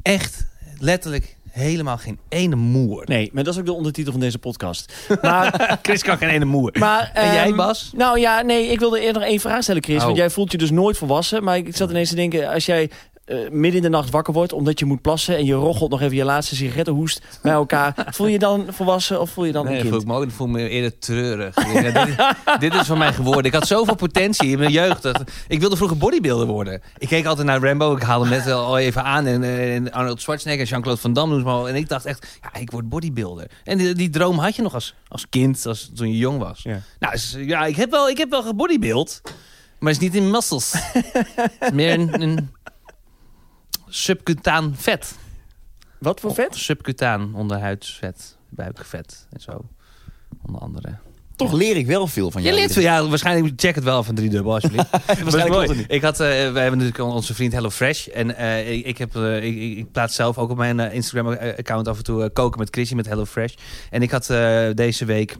[SPEAKER 2] echt letterlijk helemaal geen ene moer.
[SPEAKER 3] Nee, maar dat is ook de ondertitel van deze podcast. Maar,
[SPEAKER 2] Chris kan geen ene moer.
[SPEAKER 3] maar,
[SPEAKER 2] En jij,
[SPEAKER 3] ehm,
[SPEAKER 2] Bas?
[SPEAKER 3] Nou ja, nee, ik wilde eerder nog één vraag stellen, Chris.
[SPEAKER 2] Oh.
[SPEAKER 3] Want jij voelt je dus nooit volwassen. Maar ik zat ineens te denken, als jij eh, midden in de nacht wakker wordt... omdat je moet plassen en je roggelt nog even je laatste sigarettenhoest bij elkaar... voel je dan volwassen of voel je dan
[SPEAKER 2] Nee, dat
[SPEAKER 3] een
[SPEAKER 2] voel
[SPEAKER 3] kind?
[SPEAKER 2] ik me ook. Dat voel ik me eerder treurig. Ja, dit, is- dit is van mij geworden. Ik had zoveel potentie in mijn jeugd. dat- Ik wilde vroeger bodybuilder worden. Ik keek altijd naar Rambo. Ik haalde hem net wel al even aan. En, eh, en Arnold Schwarzenegger en Jean-Claude Van Damme. noem ze Maar. op. En ik dacht echt, ja, ik word bodybuilder. En die, die droom had je nog als, als kind, als, toen je jong was.
[SPEAKER 3] Ja.
[SPEAKER 2] Nou, dus, ja, ik heb wel, ik heb wel gebodybuild. Maar het is niet in muscles. Het is meer een, een subcutaan vet.
[SPEAKER 3] Wat voor vet?
[SPEAKER 2] Subcutaan, onderhuidsvet, buikvet en zo. Onder andere.
[SPEAKER 1] Toch leer ik wel veel van
[SPEAKER 2] Je
[SPEAKER 1] jou.
[SPEAKER 2] leert veel. Ja, waarschijnlijk check het wel van drie dubbel alsjeblieft. Dat is
[SPEAKER 1] Waarschijnlijk klopt het
[SPEAKER 2] mooi.
[SPEAKER 1] niet.
[SPEAKER 2] Ik had, eh, wij hebben natuurlijk onze vriend Hello Fresh en eh, ik, ik heb, eh, ik, ik- ik plaats zelf ook op mijn eh, Instagram account af en toe eh, koken met Chrissy met Hello Fresh. En ik had eh, deze week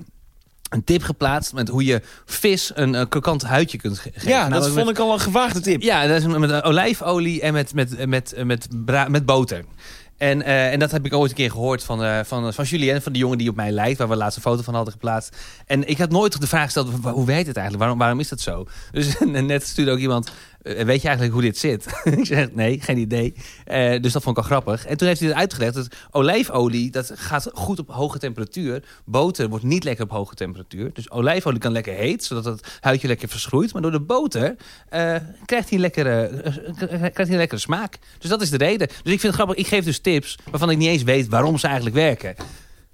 [SPEAKER 2] een tip geplaatst met hoe je vis een eh, krokant huidje kunt ge- geven.
[SPEAKER 1] Ja, Nou, dat
[SPEAKER 2] Namelijk
[SPEAKER 1] vond ik al een gewaagde tip.
[SPEAKER 2] ja, dat is met eh, olijfolie en met, met, met, met, bra- met boter. En, eh, en dat heb ik ooit een keer gehoord van, eh van, van Julien, van de jongen die op mij lijkt, waar we laatst een foto van hadden geplaatst. En ik had nooit de vraag gesteld, wa- hoe werkt het eigenlijk? Waarom, waarom is dat zo? Dus en net stuurde ook iemand, eh, weet je eigenlijk hoe dit zit? ik zeg, nee, geen idee. Eh, dus dat vond ik al grappig. En toen heeft hij het uitgelegd dat olijfolie, dat gaat goed op hoge temperatuur. Boter wordt niet lekker op hoge temperatuur. Dus olijfolie kan lekker heet, zodat het huidje lekker verschroeit. Maar door de boter eh, krijgt hij een lekkere, eh, krijgt hij een lekkere smaak. Dus dat is de reden. Dus ik vind het grappig. Ik geef dus tips waarvan ik niet eens weet waarom ze eigenlijk werken.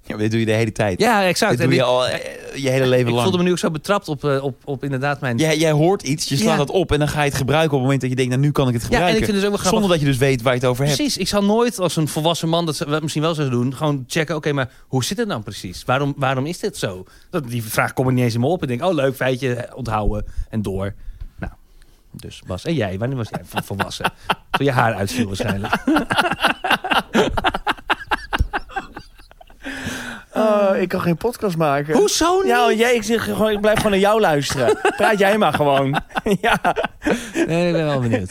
[SPEAKER 1] Ja, maar dit doe je de hele tijd.
[SPEAKER 2] Ja, exact.
[SPEAKER 1] dit
[SPEAKER 2] En
[SPEAKER 1] doe je
[SPEAKER 2] Nou, ik-
[SPEAKER 1] al eh, je hele leven
[SPEAKER 2] ik
[SPEAKER 1] lang.
[SPEAKER 2] voelde me nu ook zo betrapt op, eh, op, op inderdaad mijn...
[SPEAKER 1] Jij, jij hoort iets, je slaat
[SPEAKER 2] Ja.
[SPEAKER 1] dat op en dan ga je het gebruiken op het moment dat je denkt, nou nu kan ik het
[SPEAKER 2] Ja, en ik
[SPEAKER 1] gebruiken.
[SPEAKER 2] vind het dus ook wel grappig.
[SPEAKER 1] Zonder dat je dus weet waar je het over hebt.
[SPEAKER 2] Precies, ik zal nooit als een volwassen man, dat ze- wat misschien wel zou doen, gewoon checken, oké, maar hoe zit het nou precies? Waarom, waarom is dit zo? Dat, die vraag komt er niet eens in me op. Ik denk, oh leuk, feitje, eh, onthouden en door. Nou, dus Bas, en jij, wanneer was jij vo- volwassen? Toen je haar uitviel waarschijnlijk.
[SPEAKER 3] Oh, ik kan geen podcast maken.
[SPEAKER 2] Hoezo niet?
[SPEAKER 3] Ja, want jij, ik, zeg gewoon, ik blijf gewoon naar jou luisteren. Praat jij maar gewoon. ja.
[SPEAKER 2] Nee, ik ben wel benieuwd.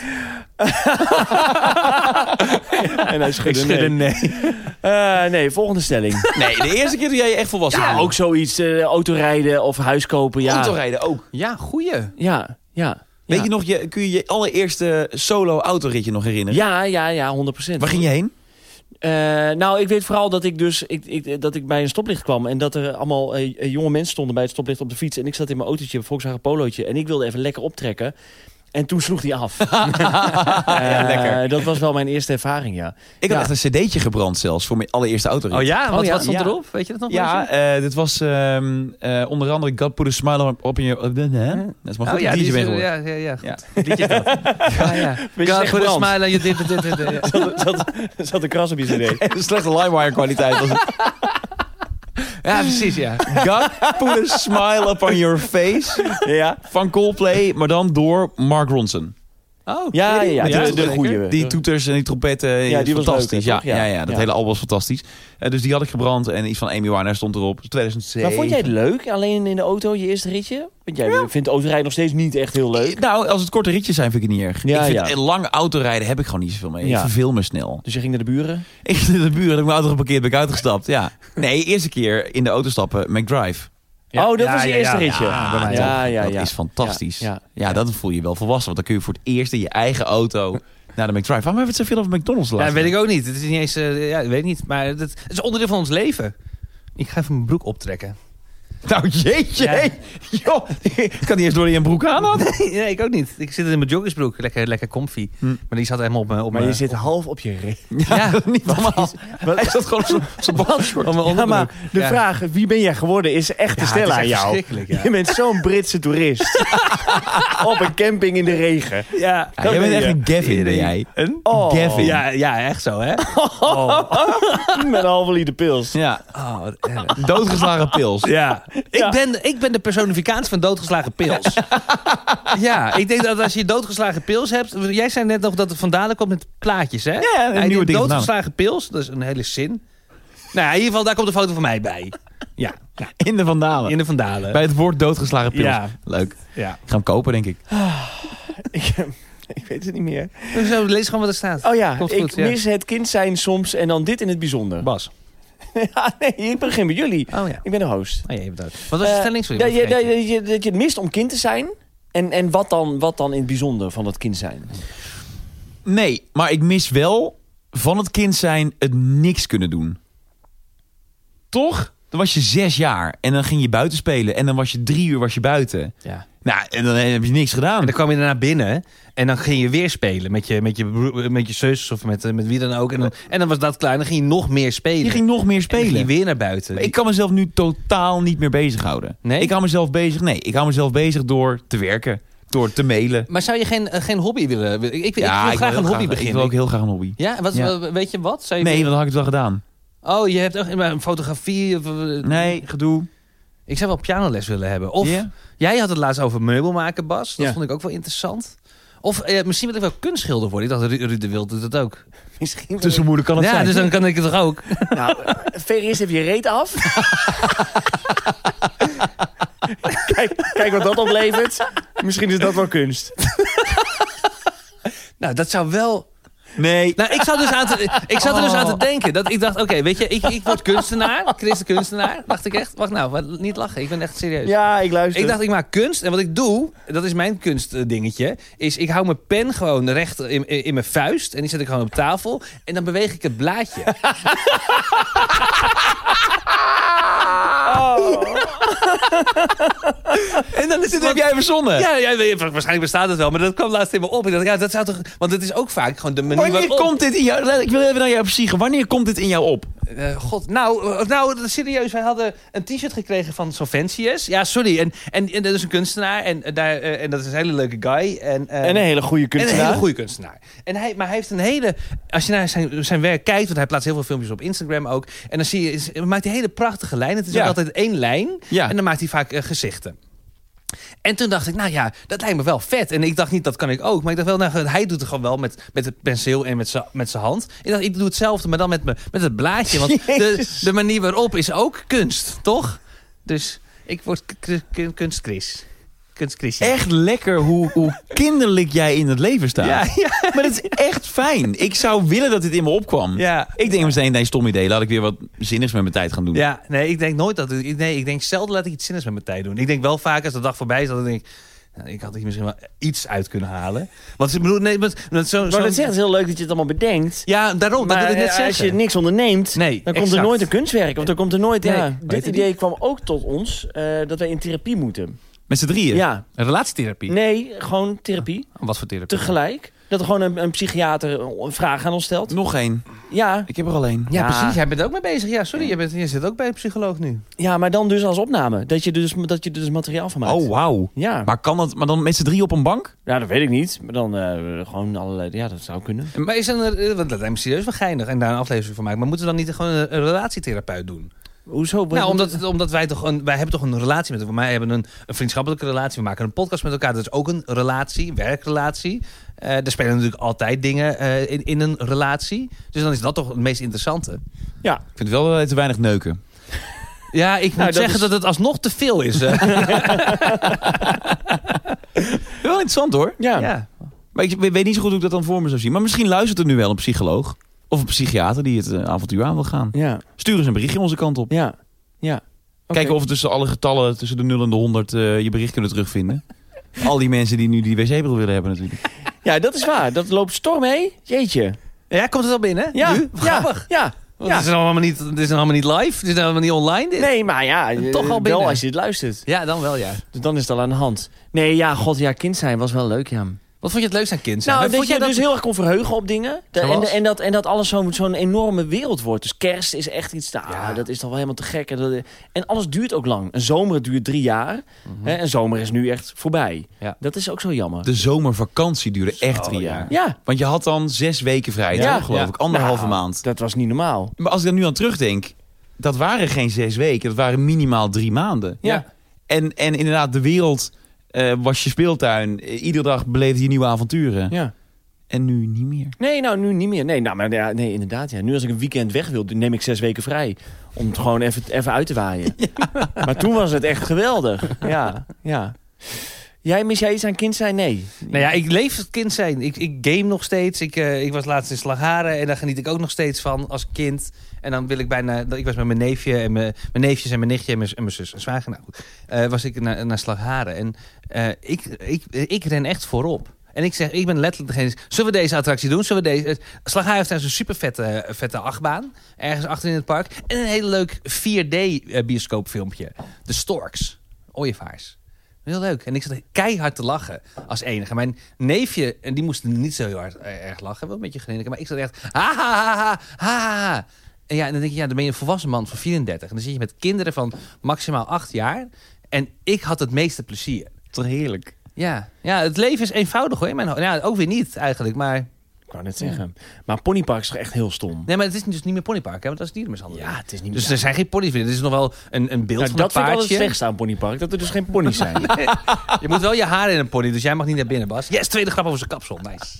[SPEAKER 3] En hij schudde nee.
[SPEAKER 2] nee.
[SPEAKER 3] Eh, nee, volgende stelling.
[SPEAKER 1] Nee, de eerste keer toen jij je echt volwassen
[SPEAKER 3] Ja,
[SPEAKER 1] voelde.
[SPEAKER 3] ook zoiets. eh, autorijden of huis kopen. Ja,
[SPEAKER 1] Autorijden ook.
[SPEAKER 2] Ja, goeie.
[SPEAKER 3] ja, ja.
[SPEAKER 1] Weet
[SPEAKER 3] ja.
[SPEAKER 1] je nog, je, kun je je allereerste solo autoritje nog herinneren?
[SPEAKER 3] Ja, ja, ja, 100 procent.
[SPEAKER 1] Waar ging je heen?
[SPEAKER 3] Eh, nou, ik weet vooral dat ik dus ik, ik, dat ik bij een stoplicht kwam en dat er allemaal eh, eh, jonge mensen stonden bij het stoplicht op de fiets en ik zat in mijn autootje, een Volkswagen Polootje en ik wilde even lekker optrekken. En toen sloeg die af.
[SPEAKER 1] ja,
[SPEAKER 3] Eh,
[SPEAKER 1] lekker.
[SPEAKER 3] Dat was wel mijn eerste ervaring, ja.
[SPEAKER 1] Ik had
[SPEAKER 3] Ja.
[SPEAKER 1] echt een cd'tje gebrand zelfs voor mijn allereerste autoritje.
[SPEAKER 2] Oh ja, wat,
[SPEAKER 1] ja,
[SPEAKER 2] wat stond
[SPEAKER 1] ja.
[SPEAKER 2] erop? Weet je dat nog?
[SPEAKER 1] Ja,
[SPEAKER 2] Marcel?
[SPEAKER 1] eh, dit was ehm, eh, onder andere God Put a Smile on- op in je... op de- hè? Dat is maar goed,
[SPEAKER 2] Oh ja,
[SPEAKER 1] die
[SPEAKER 2] die
[SPEAKER 1] ben
[SPEAKER 2] is,
[SPEAKER 1] geworden.
[SPEAKER 2] ja, ja, ja, goed.
[SPEAKER 1] Ja.
[SPEAKER 2] Liedje is dat. Ja, ja.
[SPEAKER 3] je
[SPEAKER 2] God
[SPEAKER 3] slecht
[SPEAKER 2] put a
[SPEAKER 3] brand.
[SPEAKER 2] smile on you, dit, dit, dit, dit, dit.
[SPEAKER 3] zat, zat, zat een kras op je cd.
[SPEAKER 1] Slechte LimeWire kwaliteit. was het.
[SPEAKER 2] Ja, precies, ja.
[SPEAKER 1] God put a smile upon your face.
[SPEAKER 3] Ja,
[SPEAKER 1] Van Coldplay, maar dan door Mark Ronson.
[SPEAKER 2] Oh,
[SPEAKER 3] ja, ja.
[SPEAKER 1] Ja,
[SPEAKER 3] ja.
[SPEAKER 1] de-
[SPEAKER 3] De,
[SPEAKER 1] de
[SPEAKER 3] goede.
[SPEAKER 1] Die toeters en die trompetten, ja, die
[SPEAKER 3] die was
[SPEAKER 1] fantastisch.
[SPEAKER 3] leuk, hè,
[SPEAKER 1] ja,
[SPEAKER 3] toch?
[SPEAKER 1] ja.
[SPEAKER 3] Ja.
[SPEAKER 1] Ja, dat
[SPEAKER 3] Ja.
[SPEAKER 1] hele album was fantastisch. Eh, dus die had ik gebrand en iets van Amy Winehouse stond erop. Dus 2007.
[SPEAKER 3] Maar vond jij het leuk, alleen in de auto, je eerste ritje? Want jij vindt autorijden nog steeds niet echt heel leuk.
[SPEAKER 1] Nou, als het korte ritjes zijn, vind ik het niet erg.
[SPEAKER 3] Ja,
[SPEAKER 1] ik vind
[SPEAKER 3] ja.
[SPEAKER 1] eh, lang autorijden heb ik gewoon niet zoveel mee. Ik
[SPEAKER 3] Ja.
[SPEAKER 1] verveel me snel.
[SPEAKER 3] Dus je ging naar de buren?
[SPEAKER 1] Ik zit in de buurt, heb ik mijn auto geparkeerd, ben ik uitgestapt. Ja. Nee, eerste keer in de auto stappen, McDrive.
[SPEAKER 3] Oh, dat was je eerste
[SPEAKER 2] ja.
[SPEAKER 3] ritje.
[SPEAKER 2] Ja, bij mij
[SPEAKER 3] Ja.
[SPEAKER 2] ook.
[SPEAKER 1] dat
[SPEAKER 3] Ah, ja.
[SPEAKER 1] is fantastisch. Ja,
[SPEAKER 3] Ja, ja,
[SPEAKER 1] dat voel je wel volwassen. Want dan kun je voor het eerst in je eigen auto naar de McDrive. Waarom hebben we het zoveel over McDonald's
[SPEAKER 2] Ja,
[SPEAKER 1] laten?
[SPEAKER 2] weet ik ook niet. Het is niet eens, eh, ja, ik weet niet. Maar dat- het is onderdeel van ons leven. Ik ga even mijn broek optrekken.
[SPEAKER 1] Nou, jeetje.
[SPEAKER 2] Ja.
[SPEAKER 1] hey. Joh, ik kan niet eens door die een broek aan had.
[SPEAKER 2] nee, ik ook niet. Ik zit in mijn joggingsbroek. Lekker, lekker comfy.
[SPEAKER 1] Hm.
[SPEAKER 2] Maar die zat helemaal op mijn... Op
[SPEAKER 3] Maar je
[SPEAKER 2] mijn-
[SPEAKER 3] zit half op je rit.
[SPEAKER 1] Ja,
[SPEAKER 2] Ja.
[SPEAKER 1] niet normaal. Hij zat gewoon op zo'n- zo'n badshort.
[SPEAKER 2] op mijn
[SPEAKER 3] Ja,
[SPEAKER 2] onderbroek.
[SPEAKER 3] maar de
[SPEAKER 2] Ja.
[SPEAKER 3] vraag wie ben jij geworden is echt te
[SPEAKER 2] Ja,
[SPEAKER 3] stellen
[SPEAKER 2] het
[SPEAKER 3] aan
[SPEAKER 2] is echt
[SPEAKER 3] jou.
[SPEAKER 2] verschrikkelijk, ja.
[SPEAKER 3] Je bent zo'n Britse toerist. op een camping in de regen.
[SPEAKER 2] Ja.
[SPEAKER 1] Ja, jij bent echt een Gavin, ben jij.
[SPEAKER 2] Een?
[SPEAKER 3] Oh,
[SPEAKER 1] Gavin.
[SPEAKER 2] Ja, ja, echt zo, hè? Oh,
[SPEAKER 3] Met een halve liter pils.
[SPEAKER 1] Ja,
[SPEAKER 2] oh, wat erg.
[SPEAKER 1] doodgeslagen pils.
[SPEAKER 2] Ja.
[SPEAKER 3] Ja.
[SPEAKER 2] Ik, ben, ik ben de personificatie van doodgeslagen pils. ja, ik denk dat als je doodgeslagen pils hebt... Jij zei net nog dat het vandaan komt met plaatjes, hè?
[SPEAKER 1] een
[SPEAKER 2] Hij
[SPEAKER 1] nieuwe
[SPEAKER 2] deed
[SPEAKER 1] ding vandaan.
[SPEAKER 2] Doodgeslagen pils, dat is een hele zin. Nou ja, in ieder geval, daar komt de foto van mij bij. Ja,
[SPEAKER 1] In de Vandalen.
[SPEAKER 2] in de Vandalen.
[SPEAKER 1] Bij het woord doodgeslagen pils.
[SPEAKER 2] Ja.
[SPEAKER 1] Leuk. Ik
[SPEAKER 2] Ja.
[SPEAKER 1] ga hem kopen, denk ik.
[SPEAKER 3] ik, eh, ik weet het niet meer.
[SPEAKER 2] Zo, lees gewoon wat er staat.
[SPEAKER 3] Oh ja,
[SPEAKER 2] Komt
[SPEAKER 3] ik
[SPEAKER 2] goed, ja.
[SPEAKER 3] mis het kind zijn soms en dan dit in het bijzonder.
[SPEAKER 2] Bas.
[SPEAKER 3] ja, nee, ik begin met jullie.
[SPEAKER 2] Oh ja.
[SPEAKER 3] Ik ben de host.
[SPEAKER 2] Oh, jee, bedankt. Wat was de
[SPEAKER 3] Eh,
[SPEAKER 2] stelling? Sorry,
[SPEAKER 3] dat,
[SPEAKER 2] ik ben
[SPEAKER 3] je, dat,
[SPEAKER 2] vergeten.
[SPEAKER 3] je, dat je het mist om kind te zijn. En, en wat, dan, wat dan in het bijzonder van dat kind zijn?
[SPEAKER 1] Nee, maar ik mis wel van het kind zijn het niks kunnen doen. Toch? Dan was je zes jaar en dan ging je buiten spelen. En dan was je drie uur was je buiten.
[SPEAKER 2] Ja.
[SPEAKER 1] Nou, en dan heb je niks
[SPEAKER 2] En
[SPEAKER 1] gedaan.
[SPEAKER 2] dan kwam je daarna binnen en dan ging je weer spelen met je, met je, broer- met je zus of met, eh, met wie dan ook. En dan, en dan was dat klaar en dan ging je nog meer spelen.
[SPEAKER 1] Je ging nog meer
[SPEAKER 2] En dan ging je
[SPEAKER 1] spelen.
[SPEAKER 2] weer naar buiten.
[SPEAKER 1] Maar ik kan mezelf nu totaal niet meer bezighouden.
[SPEAKER 2] Nee?
[SPEAKER 1] Ik hou mezelf bezig. Nee, ik hou mezelf bezig door te werken, door te mailen.
[SPEAKER 2] Maar zou je geen, eh, geen hobby willen? wil- Ik, ik, ik wil
[SPEAKER 1] ik
[SPEAKER 2] graag
[SPEAKER 1] heel
[SPEAKER 2] een hobby
[SPEAKER 1] Ik wil
[SPEAKER 2] beginnen.
[SPEAKER 1] ook heel graag een hobby.
[SPEAKER 2] Ja, wat,
[SPEAKER 1] Ja.
[SPEAKER 2] wat- weet je wat? Zou je
[SPEAKER 1] Nee, want dan had ik het wel gedaan.
[SPEAKER 2] Oh, je hebt ook maar een fotografie. of, eh,
[SPEAKER 1] Nee, gedoe.
[SPEAKER 2] Ik zou wel pianoles willen hebben. Of
[SPEAKER 1] Mm. Ja?
[SPEAKER 2] jij had het laatst over meubel maken, Bas. Dat
[SPEAKER 3] Ja.
[SPEAKER 2] vond ik ook wel interessant. Of eh, misschien wil ik wel kunstschilder worden. Ik dacht, Ru- Ruud de Wild doet dat ook.
[SPEAKER 3] Misschien wel-
[SPEAKER 1] Dus hoe moeilijk kan het
[SPEAKER 2] ja,
[SPEAKER 1] zijn?
[SPEAKER 2] dus dan kan ik het toch ook.
[SPEAKER 3] Nou, veeg eerst even je reet af. kijk, kijk wat dat oplevert. Misschien is dat wel kunst.
[SPEAKER 2] nou, dat zou wel...
[SPEAKER 1] Nee.
[SPEAKER 2] Nou, ik zat, dus aan te, ik zat er dus aan
[SPEAKER 1] Oh.
[SPEAKER 2] te denken. Dat ik dacht, oké, weet je, ik, ik word kunstenaar. Christen kunstenaar. Dacht ik echt. Wacht nou, wat- niet lachen. Ik ben echt serieus.
[SPEAKER 3] Ja, ik luister.
[SPEAKER 2] Ik dacht, ik maak kunst. En wat ik doe, dat is mijn kunstdingetje. Is ik hou mijn pen gewoon recht in, in, in mijn vuist. En die zet ik gewoon op tafel. En dan beweeg ik het blaadje. Oh. en dan is het
[SPEAKER 1] Dit heb jij verzonnen.
[SPEAKER 2] Ja, ja, weet je, waarschijnlijk bestaat het wel, maar dat kwam laatst in me op. Ik dacht, ja, dat zou toch... Want het is ook vaak gewoon de manier
[SPEAKER 1] Wanneer
[SPEAKER 2] waarop...
[SPEAKER 1] komt dit in jou? Ik wil even naar jou psyche. Wanneer komt dit in jou op?
[SPEAKER 2] Eh, God, nou, eh, nou, serieus, wij hadden een t-shirt gekregen van Solventius. Ja, sorry. En, en, en dat is een kunstenaar en, eh, daar, eh, en dat is een hele leuke guy. En, eh,
[SPEAKER 3] En een hele goede
[SPEAKER 2] en
[SPEAKER 3] kunstenaar.
[SPEAKER 2] een hele goede kunstenaar. En hij, maar hij heeft een hele... Als je naar zijn, zijn werk kijkt, want hij plaatst heel veel filmpjes op Instagram ook. En dan zie je, is- hij maakt hij hele prachtige lijnen. Het is
[SPEAKER 1] Ja.
[SPEAKER 2] ook altijd één lijn.
[SPEAKER 1] Ja.
[SPEAKER 2] En dan maakt hij vaak eh, gezichten. En toen dacht ik, nou ja, dat lijkt me wel vet. En ik dacht niet, dat kan ik ook. Maar ik dacht wel, nou, hij doet het gewoon wel met, met het penseel en met zijn met zijn hand. Ik dacht, ik doe hetzelfde, maar dan met, me, met het blaadje. Want de, de manier waarop is ook kunst, toch? Dus ik word k- k- k- kunstchris. Kunstchrisje.
[SPEAKER 1] Echt lekker hoe, hoe kinderlijk jij in het leven staat.
[SPEAKER 2] Ja, ja,
[SPEAKER 1] Maar dat is echt fijn. Ik zou willen dat dit in me opkwam.
[SPEAKER 2] ja.
[SPEAKER 1] Ik denk meteen, nee, stom idee. Laat ik weer wat zinnigs met mijn tijd gaan doen.
[SPEAKER 2] Ja, nee, ik denk nooit dat. ik- Nee, ik denk zelden laat ik iets zinnigs met mijn tijd doen. Ik denk wel vaak als de dag voorbij is dat ik denk. nou, ik had hier misschien wel iets uit kunnen halen. Want ik bedoel, nee, want, want zo,
[SPEAKER 3] Maar
[SPEAKER 2] zo-
[SPEAKER 3] dat zegt, het is heel leuk dat je het allemaal bedenkt.
[SPEAKER 2] Ja, daarom.
[SPEAKER 3] maar
[SPEAKER 2] dat wil ik net
[SPEAKER 3] eh, als
[SPEAKER 2] zeggen.
[SPEAKER 3] je niks onderneemt,
[SPEAKER 2] Nee,
[SPEAKER 3] dan komt er
[SPEAKER 2] exact.
[SPEAKER 3] nooit een kunstwerk. Want dan komt er nooit...
[SPEAKER 2] Nee,
[SPEAKER 3] ja,
[SPEAKER 2] weet
[SPEAKER 3] dit
[SPEAKER 2] je
[SPEAKER 3] idee kwam ook tot ons eh, dat wij in therapie moeten.
[SPEAKER 1] Met z'n drieën.
[SPEAKER 3] Ja.
[SPEAKER 2] Een relatietherapie.
[SPEAKER 3] Nee, gewoon therapie.
[SPEAKER 2] Wat voor therapie?
[SPEAKER 3] Tegelijk. Dat er gewoon een, een psychiater een vraag aan ons stelt.
[SPEAKER 1] Nog één.
[SPEAKER 3] Ja,
[SPEAKER 1] Ik heb er al één.
[SPEAKER 2] Ja,
[SPEAKER 3] Ja.
[SPEAKER 2] precies. Jij bent er ook mee bezig. Ja, sorry. Je, bent, je zit ook bij een psycholoog nu.
[SPEAKER 3] ja, maar dan dus als opname. Dat je dus, dat je dus materiaal van maakt.
[SPEAKER 1] Oh, wauw.
[SPEAKER 3] Ja.
[SPEAKER 1] Maar kan dat, maar dan met z'n drieën op een bank?
[SPEAKER 3] ja, dat weet ik niet. Maar dan eh, gewoon allerlei... Ja, dat zou kunnen.
[SPEAKER 2] Maar is dan, eh, want dat lijkt me serieus wel geinig en daar een aflevering van maken. Maar moeten we dan niet gewoon een, een relatietherapeut doen?
[SPEAKER 3] Hoezo?
[SPEAKER 2] Nou, omdat, omdat wij toch een, wij hebben toch een relatie met elkaar. Wij hebben een, een vriendschappelijke relatie. We maken een podcast met elkaar. Dat is ook een relatie, een werkrelatie. Eh er spelen natuurlijk altijd dingen eh, in, in een relatie. Dus dan is dat toch het meest interessante.
[SPEAKER 3] Ja.
[SPEAKER 1] Ik vind het wel eh, te weinig neuken.
[SPEAKER 2] Ja, ik moet
[SPEAKER 3] Nou, dat
[SPEAKER 2] zeggen
[SPEAKER 3] is-
[SPEAKER 2] dat het alsnog te veel is. eh.
[SPEAKER 1] Wel interessant hoor.
[SPEAKER 3] Ja.
[SPEAKER 2] ja.
[SPEAKER 1] Maar ik weet weet niet zo goed hoe ik dat dan voor me zou zien. Maar misschien luistert er nu wel een psycholoog. Of een psychiater die het eh, avontuur aan wil gaan.
[SPEAKER 3] Ja.
[SPEAKER 1] Stuur eens een berichtje onze kant op.
[SPEAKER 3] Ja. ja.
[SPEAKER 1] Kijken of we tussen alle getallen, tussen de 0 en de 100, eh, je bericht kunnen terugvinden. Al die mensen die nu die wc-bril willen hebben natuurlijk.
[SPEAKER 3] Ja, dat is waar. Dat loopt storm mee. Jeetje.
[SPEAKER 2] ja, komt het al binnen?
[SPEAKER 3] Ja.
[SPEAKER 2] Nu?
[SPEAKER 3] ja.
[SPEAKER 2] Grappig.
[SPEAKER 3] Ja.
[SPEAKER 2] Want
[SPEAKER 3] Ja.
[SPEAKER 2] Het, is dan allemaal niet, het is dan allemaal niet live. Het is dan allemaal niet online. Dit.
[SPEAKER 3] Nee, maar ja, eh,
[SPEAKER 2] Toch al binnen.
[SPEAKER 3] wel als je dit luistert.
[SPEAKER 2] Ja, dan wel ja.
[SPEAKER 3] Dus dan is het al aan de hand. Nee, ja, god, ja, kind zijn was wel leuk, ja.
[SPEAKER 2] Wat vond je het leukst aan kind zijn?
[SPEAKER 3] Nou,
[SPEAKER 2] Vond
[SPEAKER 3] dat je
[SPEAKER 2] jij
[SPEAKER 3] dus heel erg kon verheugen op dingen. Da- en,
[SPEAKER 2] Zoals?
[SPEAKER 3] en, dat, en dat alles zo'n zo'n enorme wereld wordt. Dus kerst is echt iets, nou,
[SPEAKER 2] Ja.
[SPEAKER 3] dat is toch wel helemaal te gek. En, dat- en alles duurt ook lang. Een zomer duurt drie jaar. Hè, en zomer is nu echt voorbij.
[SPEAKER 2] Ja.
[SPEAKER 3] Dat is ook zo jammer.
[SPEAKER 1] De zomervakantie duurde echt
[SPEAKER 2] Zo,
[SPEAKER 1] drie
[SPEAKER 2] ja.
[SPEAKER 1] jaar.
[SPEAKER 3] Oh, Ja,
[SPEAKER 1] Want je had dan zes weken vrij,
[SPEAKER 3] Ja.
[SPEAKER 1] toch, geloof
[SPEAKER 2] Ja.
[SPEAKER 1] ik. Anderhalve
[SPEAKER 3] Nou,
[SPEAKER 1] maand.
[SPEAKER 3] dat was niet normaal.
[SPEAKER 1] Maar als ik er nu aan terugdenk, dat waren geen zes weken. Dat waren minimaal drie maanden.
[SPEAKER 2] Ja.
[SPEAKER 3] Ja.
[SPEAKER 1] En, en inderdaad, de wereld eh, was je speeltuin. Eh, Iedere dag beleefde je nieuwe avonturen.
[SPEAKER 3] Ja.
[SPEAKER 1] En nu niet meer.
[SPEAKER 3] Nee, nou, nu niet meer. Nee, nou, maar, ja, nee inderdaad. Ja. Nu als ik een weekend weg wil, dan neem ik zes weken vrij. Om het gewoon even, even uit te waaien. Maar toen was het echt geweldig. Ja, ja. Jij, mis jij iets aan kind zijn? Nee.
[SPEAKER 2] Nou ja, ik leef het kind zijn. Ik, ik game nog steeds. Ik, eh, ik was laatst in Slagharen en daar geniet ik ook nog steeds van als kind. En dan wil ik bijna... Ik was met mijn neefje en mijn, mijn neefjes en mijn nichtje en mijn, en mijn zus en zwager. Nou goed, eh, was ik naar, naar Slagharen. En eh, ik, ik, ik ren echt voorop. En ik zeg, ik ben letterlijk degene... die zegt, Zullen we deze attractie doen? Zullen we deze... eh, Slagharen heeft daar zo'n super vette, vette achtbaan. Ergens achter in het park. En een hele leuk 4D eh, bioscoopfilmpje. De Storks. Ooievaars. Heel leuk. En ik zat keihard te lachen als enige. Mijn neefje, en die moest niet zo heel hard, eh, erg lachen. Wel een beetje grinniken. Maar ik zat echt... Ha, ha, ha, ha, ha, ha. En, ja, en dan denk je, ja, dan ben je een volwassen man van 34. En dan zit je met kinderen van maximaal 8 jaar. En ik had het meeste plezier.
[SPEAKER 1] Toch heerlijk.
[SPEAKER 2] Ja, ja het leven is eenvoudig hoor. in Mijn, ho- ja, ook weer niet eigenlijk. Maar,
[SPEAKER 3] Ik kan het zeggen. Maar ponypark is toch echt heel stom.
[SPEAKER 2] nee, maar het is dus niet meer ponypark. Hè, want dat is dierenmishandeling.
[SPEAKER 3] Ja, het is niet
[SPEAKER 2] Dus er zijn geen pony's meer. Er is nog wel een, een beeld
[SPEAKER 3] Nou,
[SPEAKER 2] van
[SPEAKER 3] dat
[SPEAKER 2] een
[SPEAKER 3] vind ik altijd
[SPEAKER 2] paardje.
[SPEAKER 3] het slechtste aan ponypark. Dat er dus geen pony's zijn.
[SPEAKER 2] je moet wel je haar in een pony. Dus jij mag niet naar binnen, Bas. Yes, tweede grap over zijn kapsel. Nice.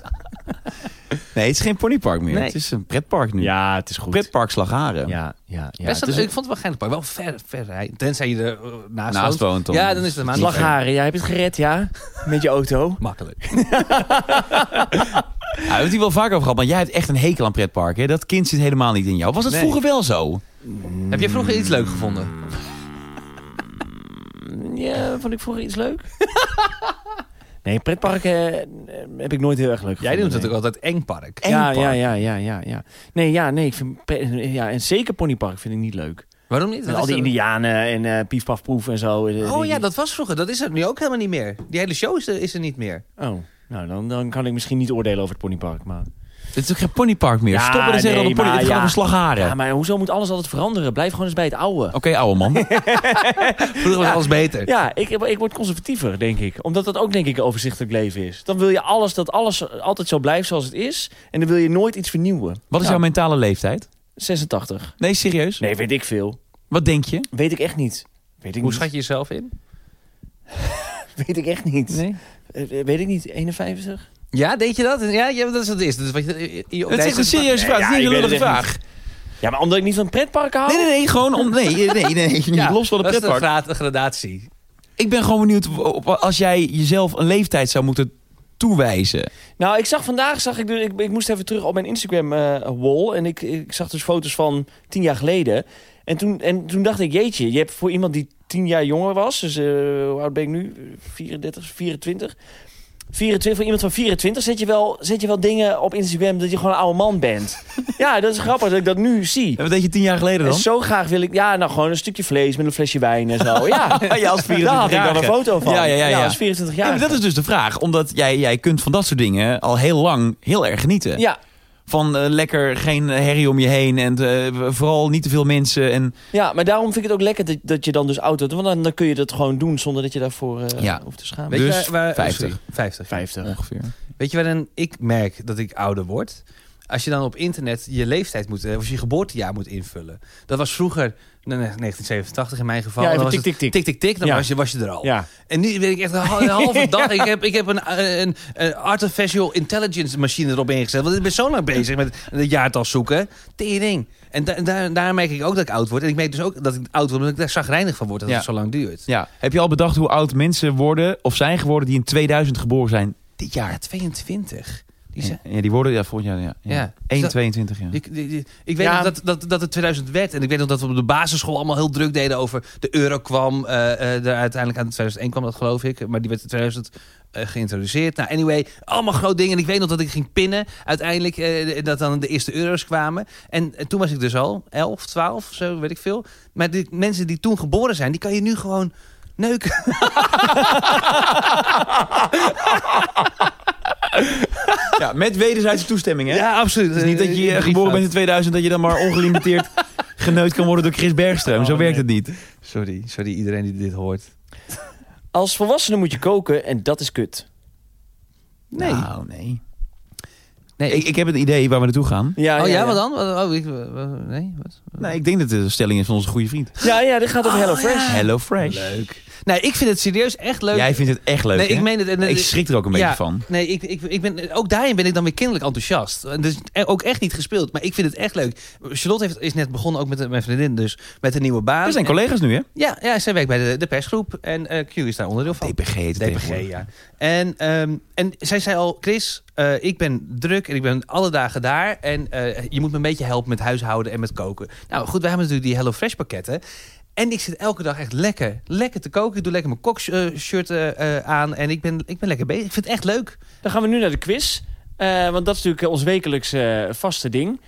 [SPEAKER 1] Nee, het is geen ponypark meer.
[SPEAKER 2] Nee.
[SPEAKER 1] Het is een pretpark nu.
[SPEAKER 3] ja, het is goed.
[SPEAKER 1] Pretpark Slagharen.
[SPEAKER 3] Ja, ja, ja.
[SPEAKER 2] Best
[SPEAKER 3] Het
[SPEAKER 2] wel-
[SPEAKER 3] is
[SPEAKER 2] ik vond het wel geinig park. Wel ver, ver rijden. Tenzij je er eh, naast,
[SPEAKER 1] Naast
[SPEAKER 2] woont.
[SPEAKER 1] woont dan.
[SPEAKER 2] Ja, dan is het een maand.
[SPEAKER 3] Slagharen, jij hebt het gered, ja? Met je auto.
[SPEAKER 2] Makkelijk.
[SPEAKER 1] Ja, we hebben het hier wel vaker over gehad. Maar jij hebt echt een hekel aan pretparken. hè? Dat kind zit helemaal niet in jou. Was dat
[SPEAKER 2] Nee.
[SPEAKER 1] vroeger wel zo?
[SPEAKER 2] Heb je vroeger iets leuk gevonden?
[SPEAKER 3] Mm, Ja, vond ik vroeger iets leuk. nee, pretparken eh, heb ik nooit heel erg leuk
[SPEAKER 2] Jij
[SPEAKER 3] gevonden,
[SPEAKER 2] noemt
[SPEAKER 3] nee.
[SPEAKER 2] het ook altijd eng park.
[SPEAKER 3] Ja,
[SPEAKER 1] Eng
[SPEAKER 3] ja,
[SPEAKER 1] park.
[SPEAKER 3] ja, ja, ja, ja. Nee, ja, nee, ik vind, pre- ja, en zeker ponypark vind ik niet leuk.
[SPEAKER 2] Waarom niet?
[SPEAKER 3] Met
[SPEAKER 2] Wat
[SPEAKER 3] al
[SPEAKER 2] is
[SPEAKER 3] die
[SPEAKER 2] dat?
[SPEAKER 3] indianen en eh pief paf poef en zo. eh,
[SPEAKER 2] Oh
[SPEAKER 3] die-
[SPEAKER 2] ja, dat was vroeger. Dat is er nu ook helemaal niet meer. Die hele show is er, is er niet meer.
[SPEAKER 3] Oh, nou, dan, dan kan ik misschien niet oordelen over het ponypark, maar...
[SPEAKER 1] Het is ook geen ponypark meer.
[SPEAKER 3] Ja,
[SPEAKER 1] Stoppen en zeggen dat
[SPEAKER 3] nee,
[SPEAKER 1] een pony...
[SPEAKER 3] maar
[SPEAKER 1] Het gaat
[SPEAKER 3] ja.
[SPEAKER 1] over slagharen.
[SPEAKER 3] Ja, maar hoezo moet alles altijd veranderen? Blijf gewoon eens bij het oude.
[SPEAKER 1] Oké, ouwe man.
[SPEAKER 2] Vroeger was alles beter.
[SPEAKER 3] Ja, ik, ik word conservatiever, denk ik. Omdat dat ook, denk ik, een overzichtelijk leven is. Dan wil je alles, dat alles altijd zo blijft zoals het is. En dan wil je nooit iets vernieuwen.
[SPEAKER 1] Wat is
[SPEAKER 3] Ja,
[SPEAKER 1] jouw mentale leeftijd?
[SPEAKER 3] 86.
[SPEAKER 1] Nee, serieus?
[SPEAKER 3] Nee, weet ik veel.
[SPEAKER 1] Wat denk je?
[SPEAKER 3] Weet ik echt niet. Weet ik
[SPEAKER 2] Hoe
[SPEAKER 3] niet.
[SPEAKER 2] schat je jezelf in?
[SPEAKER 3] Weet ik echt niet. Eh, Weet ik niet. 51?
[SPEAKER 2] Ja, deed je dat? Ja, ja dat is het eerste. Dat is wat je, je- je- op
[SPEAKER 1] Het is echt
[SPEAKER 2] deze-
[SPEAKER 1] een serieuze vraag. Het is
[SPEAKER 3] ja,
[SPEAKER 1] niet
[SPEAKER 3] ik
[SPEAKER 1] een
[SPEAKER 3] weet het
[SPEAKER 1] lullige
[SPEAKER 3] echt
[SPEAKER 1] vraag.
[SPEAKER 3] Ja, maar omdat ik niet van pretparken hou?
[SPEAKER 1] Nee, nee, nee. Gewoon om... Nee, nee, nee. nee,
[SPEAKER 2] Ja,
[SPEAKER 1] Los van de
[SPEAKER 2] dat is
[SPEAKER 1] pretpark.
[SPEAKER 2] gra- gradatie.
[SPEAKER 1] Ik ben gewoon benieuwd op, als jij jezelf een leeftijd zou moeten toewijzen.
[SPEAKER 3] Nou, ik zag vandaag, zag ik, dus- ik, ik moest even terug op mijn Instagram-wall. en ik, ik zag dus foto's van tien jaar geleden. En toen, en toen dacht ik, jeetje, je hebt voor iemand die tien jaar jonger was. Dus eh, hoe oud ben ik nu? 34, 24. 24, voor iemand van 24 zet je, wel, zet je wel dingen op Instagram dat je gewoon een oude man bent. ja, dat is grappig dat ik dat nu zie.
[SPEAKER 1] En wat deed je tien jaar geleden
[SPEAKER 3] En
[SPEAKER 1] dan?
[SPEAKER 3] zo graag wil ik, ja, nou gewoon een stukje vlees met een flesje wijn en zo. Ah, Ja,
[SPEAKER 1] Ja, als 24
[SPEAKER 3] daar had ik dan een
[SPEAKER 1] jarige.
[SPEAKER 3] foto van.
[SPEAKER 1] Ja, ja, ja, ja.
[SPEAKER 3] als 24
[SPEAKER 1] Ja,
[SPEAKER 3] jaar.
[SPEAKER 1] maar dat is dus de vraag. Omdat jij, jij kunt van dat soort dingen al heel lang heel erg genieten.
[SPEAKER 3] ja,
[SPEAKER 1] Van eh, lekker geen herrie om je heen en eh, vooral niet te veel mensen. En
[SPEAKER 3] Ja, maar daarom vind ik het ook lekker dat, dat je dan dus oud wordt. Want dan, dan kun je dat gewoon doen zonder dat je daarvoor eh,
[SPEAKER 1] Ja.
[SPEAKER 3] hoeft te schamen.
[SPEAKER 2] Weet
[SPEAKER 1] Dus
[SPEAKER 2] je waar, waar-
[SPEAKER 1] 50.
[SPEAKER 2] sorry, 50.
[SPEAKER 3] 50.
[SPEAKER 1] ongeveer.
[SPEAKER 2] Weet je waarin ik merk dat ik ouder word? Als je dan op internet je leeftijd moet, eh, of je geboortejaar moet invullen. Dat was vroeger, nou, nee, 1987 in mijn geval.
[SPEAKER 3] Ja,
[SPEAKER 2] dan
[SPEAKER 3] even
[SPEAKER 2] was
[SPEAKER 3] tik,
[SPEAKER 2] het
[SPEAKER 3] tik, tik.
[SPEAKER 2] tik, tik, tik, dan
[SPEAKER 3] Ja.
[SPEAKER 2] was, je, was je er al.
[SPEAKER 3] Ja.
[SPEAKER 2] En nu weet ik echt een hal- een halve dag. Ik heb, ik heb een, eh, een, een artificial intelligence machine erop ingezet. Want ik ben zo lang bezig met het jaartal zoeken. Tering. En da- daar, daar merk ik ook dat ik oud word. En ik merk dus ook dat ik oud word omdat ik daar zagrijnig van word. Dat
[SPEAKER 1] Ja.
[SPEAKER 2] het zo lang duurt.
[SPEAKER 1] Ja. Heb je al bedacht hoe oud mensen worden of zijn geworden die in 2000 geboren zijn? Dit
[SPEAKER 2] Ja,
[SPEAKER 1] jaar.
[SPEAKER 2] 22. Die zijn,
[SPEAKER 1] Ja, die worden ja, volgend jaar. Ja, ja.
[SPEAKER 2] Ja.
[SPEAKER 1] 1,
[SPEAKER 2] Zo-
[SPEAKER 1] 22 jaar.
[SPEAKER 2] Ik, ik- ik- ik weet
[SPEAKER 3] Ja.
[SPEAKER 2] nog dat, dat, dat het 2000 werd. En ik weet nog dat we op de basisschool allemaal heel druk deden over de euro kwam. eh, eh, er uiteindelijk aan 2001 kwam dat geloof ik. Maar die werd in 2000 eh, geïntroduceerd. Nou anyway, allemaal groot dingen. En ik weet nog dat ik ging pinnen. Uiteindelijk eh, dat dan de eerste euro's kwamen. En eh, toen was ik dus al 11, 12, zo weet ik veel. Maar die mensen die toen geboren zijn, die kan je nu gewoon neuken.
[SPEAKER 1] Ja, met wederzijdse toestemming, hè?
[SPEAKER 2] absoluut.
[SPEAKER 1] Het is niet dat je eh, geboren bent in 2000 dat je dan maar ongelimiteerd geneukt kan worden door Chris Bergström. Zo
[SPEAKER 3] Oh,
[SPEAKER 1] werkt
[SPEAKER 3] nee.
[SPEAKER 1] het niet.
[SPEAKER 2] Sorry, sorry iedereen die dit hoort.
[SPEAKER 3] Als volwassene moet je koken en dat is kut.
[SPEAKER 2] Nee.
[SPEAKER 1] Nou, nee.
[SPEAKER 2] nee
[SPEAKER 1] Ik, ik heb het idee waar we naartoe gaan.
[SPEAKER 3] Ja,
[SPEAKER 2] oh ja, wat dan? Wat- Oh, ik, eh, nee, wat?
[SPEAKER 1] Nou, ik denk dat het de stelling is van onze goede vriend.
[SPEAKER 3] Ja, ja, dit gaat over Hello
[SPEAKER 2] Oh,
[SPEAKER 3] Fresh.
[SPEAKER 2] ja.
[SPEAKER 1] Hello Fresh.
[SPEAKER 2] Leuk. Nee, ik vind het serieus echt leuk.
[SPEAKER 1] Jij vindt het echt leuk,
[SPEAKER 2] nee,
[SPEAKER 1] hè?
[SPEAKER 2] ik meen het. En,
[SPEAKER 1] Ik schrik er ook een
[SPEAKER 2] Ja.
[SPEAKER 1] beetje van.
[SPEAKER 2] Nee, ik, ik, ik ben, ook daarin ben ik dan weer kinderlijk enthousiast. En Dus e- ook echt niet gespeeld, maar ik vind het echt leuk. Charlotte heeft, is net begonnen, ook met mijn vriendin dus, met een nieuwe baan.
[SPEAKER 1] We zijn collega's nu, hè?
[SPEAKER 2] Ja, ja, zij werkt bij de, de persgroep en eh, Q is daar onderdeel van.
[SPEAKER 1] DPG heet het
[SPEAKER 2] DPG,
[SPEAKER 1] tegenwoordig.
[SPEAKER 2] ja. En, ehm, en zij zei al, Chris, eh, ik ben druk en ik ben alle dagen daar. En eh, je moet me een beetje helpen met huishouden en met koken. Nou goed, wij hebben natuurlijk die HelloFresh pakketten. En ik zit elke dag echt lekker, lekker te koken. Ik doe lekker mijn kokshirt eh, eh, aan en ik ben, ik ben lekker bezig. Ik vind het echt leuk.
[SPEAKER 3] Dan gaan we nu naar de quiz. eh, want dat is natuurlijk eh, ons wekelijks eh, vaste ding.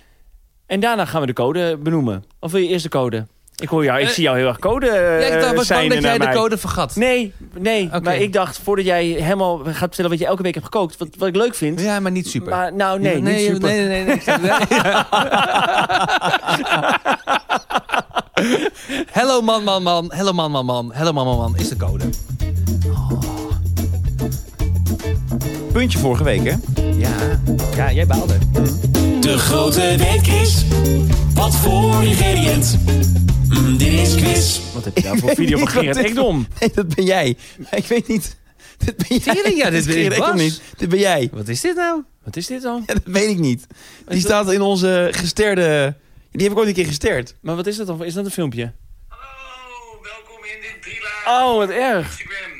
[SPEAKER 3] En daarna gaan we de code benoemen. Of wil je eerst de code? Ik hoor jou, ik
[SPEAKER 2] Eh,
[SPEAKER 3] zie jou heel erg code eh,
[SPEAKER 2] ja, ik dacht, was bang
[SPEAKER 3] seinen
[SPEAKER 2] dat jij
[SPEAKER 3] naar
[SPEAKER 2] de
[SPEAKER 3] mij.
[SPEAKER 2] code vergat.
[SPEAKER 3] Nee, nee.
[SPEAKER 2] Oké.
[SPEAKER 3] Maar ik dacht, voordat jij helemaal gaat vertellen wat je elke week hebt gekookt... wat, wat ik leuk vind...
[SPEAKER 2] Ja, maar niet super.
[SPEAKER 3] Maar nou,
[SPEAKER 1] Oh,
[SPEAKER 3] nee,
[SPEAKER 2] nee,
[SPEAKER 3] niet super.
[SPEAKER 2] nee, nee, nee, nee. Hello man, man, man. Hello man, man, man. Hello man, man, man is de code.
[SPEAKER 1] Puntje vorige week, hè?
[SPEAKER 2] Ja, ja jij baalde.
[SPEAKER 5] De grote week is. Wat voor ingrediënt? Mm, dit is quiz.
[SPEAKER 3] Wat heb je daar voor video van
[SPEAKER 1] Niet wat
[SPEAKER 3] Gerard
[SPEAKER 1] dit-
[SPEAKER 3] Ekdom?
[SPEAKER 1] Nee, dat ben jij. Ik weet niet. Dit ben jij.
[SPEAKER 2] Tering, ja, dit ben ik,
[SPEAKER 1] Gerard Ekdom
[SPEAKER 2] Bas.
[SPEAKER 1] niet. Dit ben jij.
[SPEAKER 2] Wat is dit nou?
[SPEAKER 3] Wat is dit dan?
[SPEAKER 1] Ja, dat weet ik niet. Die staat in onze gesterde... Die heb ik ooit een keer gesterd.
[SPEAKER 3] Maar wat is dat dan? Is dat een filmpje?
[SPEAKER 6] Hallo, welkom in dit Drila
[SPEAKER 3] Oh, wat erg.
[SPEAKER 6] Instagram.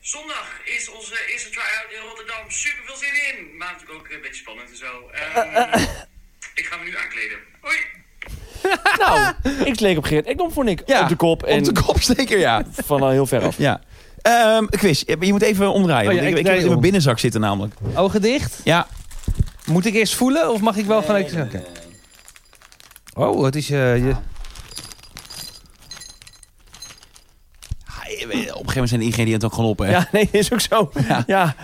[SPEAKER 6] Zondag is onze eerste try-out in Rotterdam. Super veel zin in. Maar natuurlijk ook een beetje spannend en zo. Ehm, Ik ga me nu aankleden. Hoi.
[SPEAKER 3] Nou, ik leek op Gerard Ekdom, vond ik.
[SPEAKER 1] Ja,
[SPEAKER 3] op de kop en
[SPEAKER 1] Op de kopsteker, ja.
[SPEAKER 3] van al heel ver af.
[SPEAKER 1] ja. Ehm, quiz, je moet even omdraaien.
[SPEAKER 2] Oh
[SPEAKER 1] want
[SPEAKER 2] ja,
[SPEAKER 1] ik,
[SPEAKER 2] ik
[SPEAKER 1] ik heb
[SPEAKER 2] draai
[SPEAKER 1] het in mijn
[SPEAKER 2] om.
[SPEAKER 1] binnenzak zitten namelijk.
[SPEAKER 2] Ogen dicht.
[SPEAKER 1] Ja,
[SPEAKER 2] Moet ik eerst voelen of mag ik wel gelijk... Oké. Oh, het is eh, je...
[SPEAKER 1] Ah, je weet, op een gegeven moment zijn de ingrediënten ook gewoon op, hè?
[SPEAKER 3] Ja, nee, is ook zo. Ja.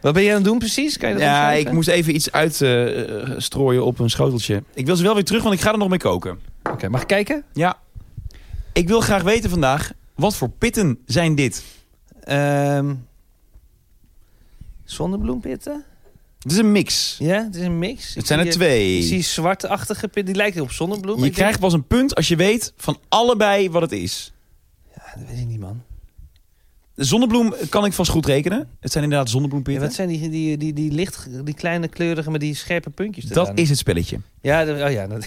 [SPEAKER 2] Wat ben jij aan het doen precies? Kan je dat
[SPEAKER 1] Ja,
[SPEAKER 2] omschrijven?
[SPEAKER 1] ik moest even iets uitstrooien op een schoteltje. Ik wil ze wel weer terug, want ik ga er nog mee koken.
[SPEAKER 2] Oké, mag ik kijken?
[SPEAKER 1] Ja. Ik wil graag weten vandaag, wat voor pitten zijn dit?
[SPEAKER 2] Ehm zonnebloempitten?
[SPEAKER 1] Het is een mix.
[SPEAKER 2] Ja, het is een mix.
[SPEAKER 1] Het zijn er
[SPEAKER 2] Ik zie-
[SPEAKER 1] twee.
[SPEAKER 2] Ik zie zwartachtige pitten, die lijken op zonnebloem.
[SPEAKER 1] Je
[SPEAKER 2] Ik denk-
[SPEAKER 1] krijgt pas een punt als je weet van allebei wat het is.
[SPEAKER 2] Ah, dat weet ik niet, man.
[SPEAKER 1] De zonnebloem kan ik vast goed rekenen. Het zijn inderdaad
[SPEAKER 2] Ja,
[SPEAKER 1] zonnebloempitten.
[SPEAKER 2] wat zijn die, die, die, die licht, die kleine kleurige met die scherpe puntjes
[SPEAKER 1] dat
[SPEAKER 2] eraan?
[SPEAKER 1] is het spelletje.
[SPEAKER 2] Ja, dat- oh ja. Dat,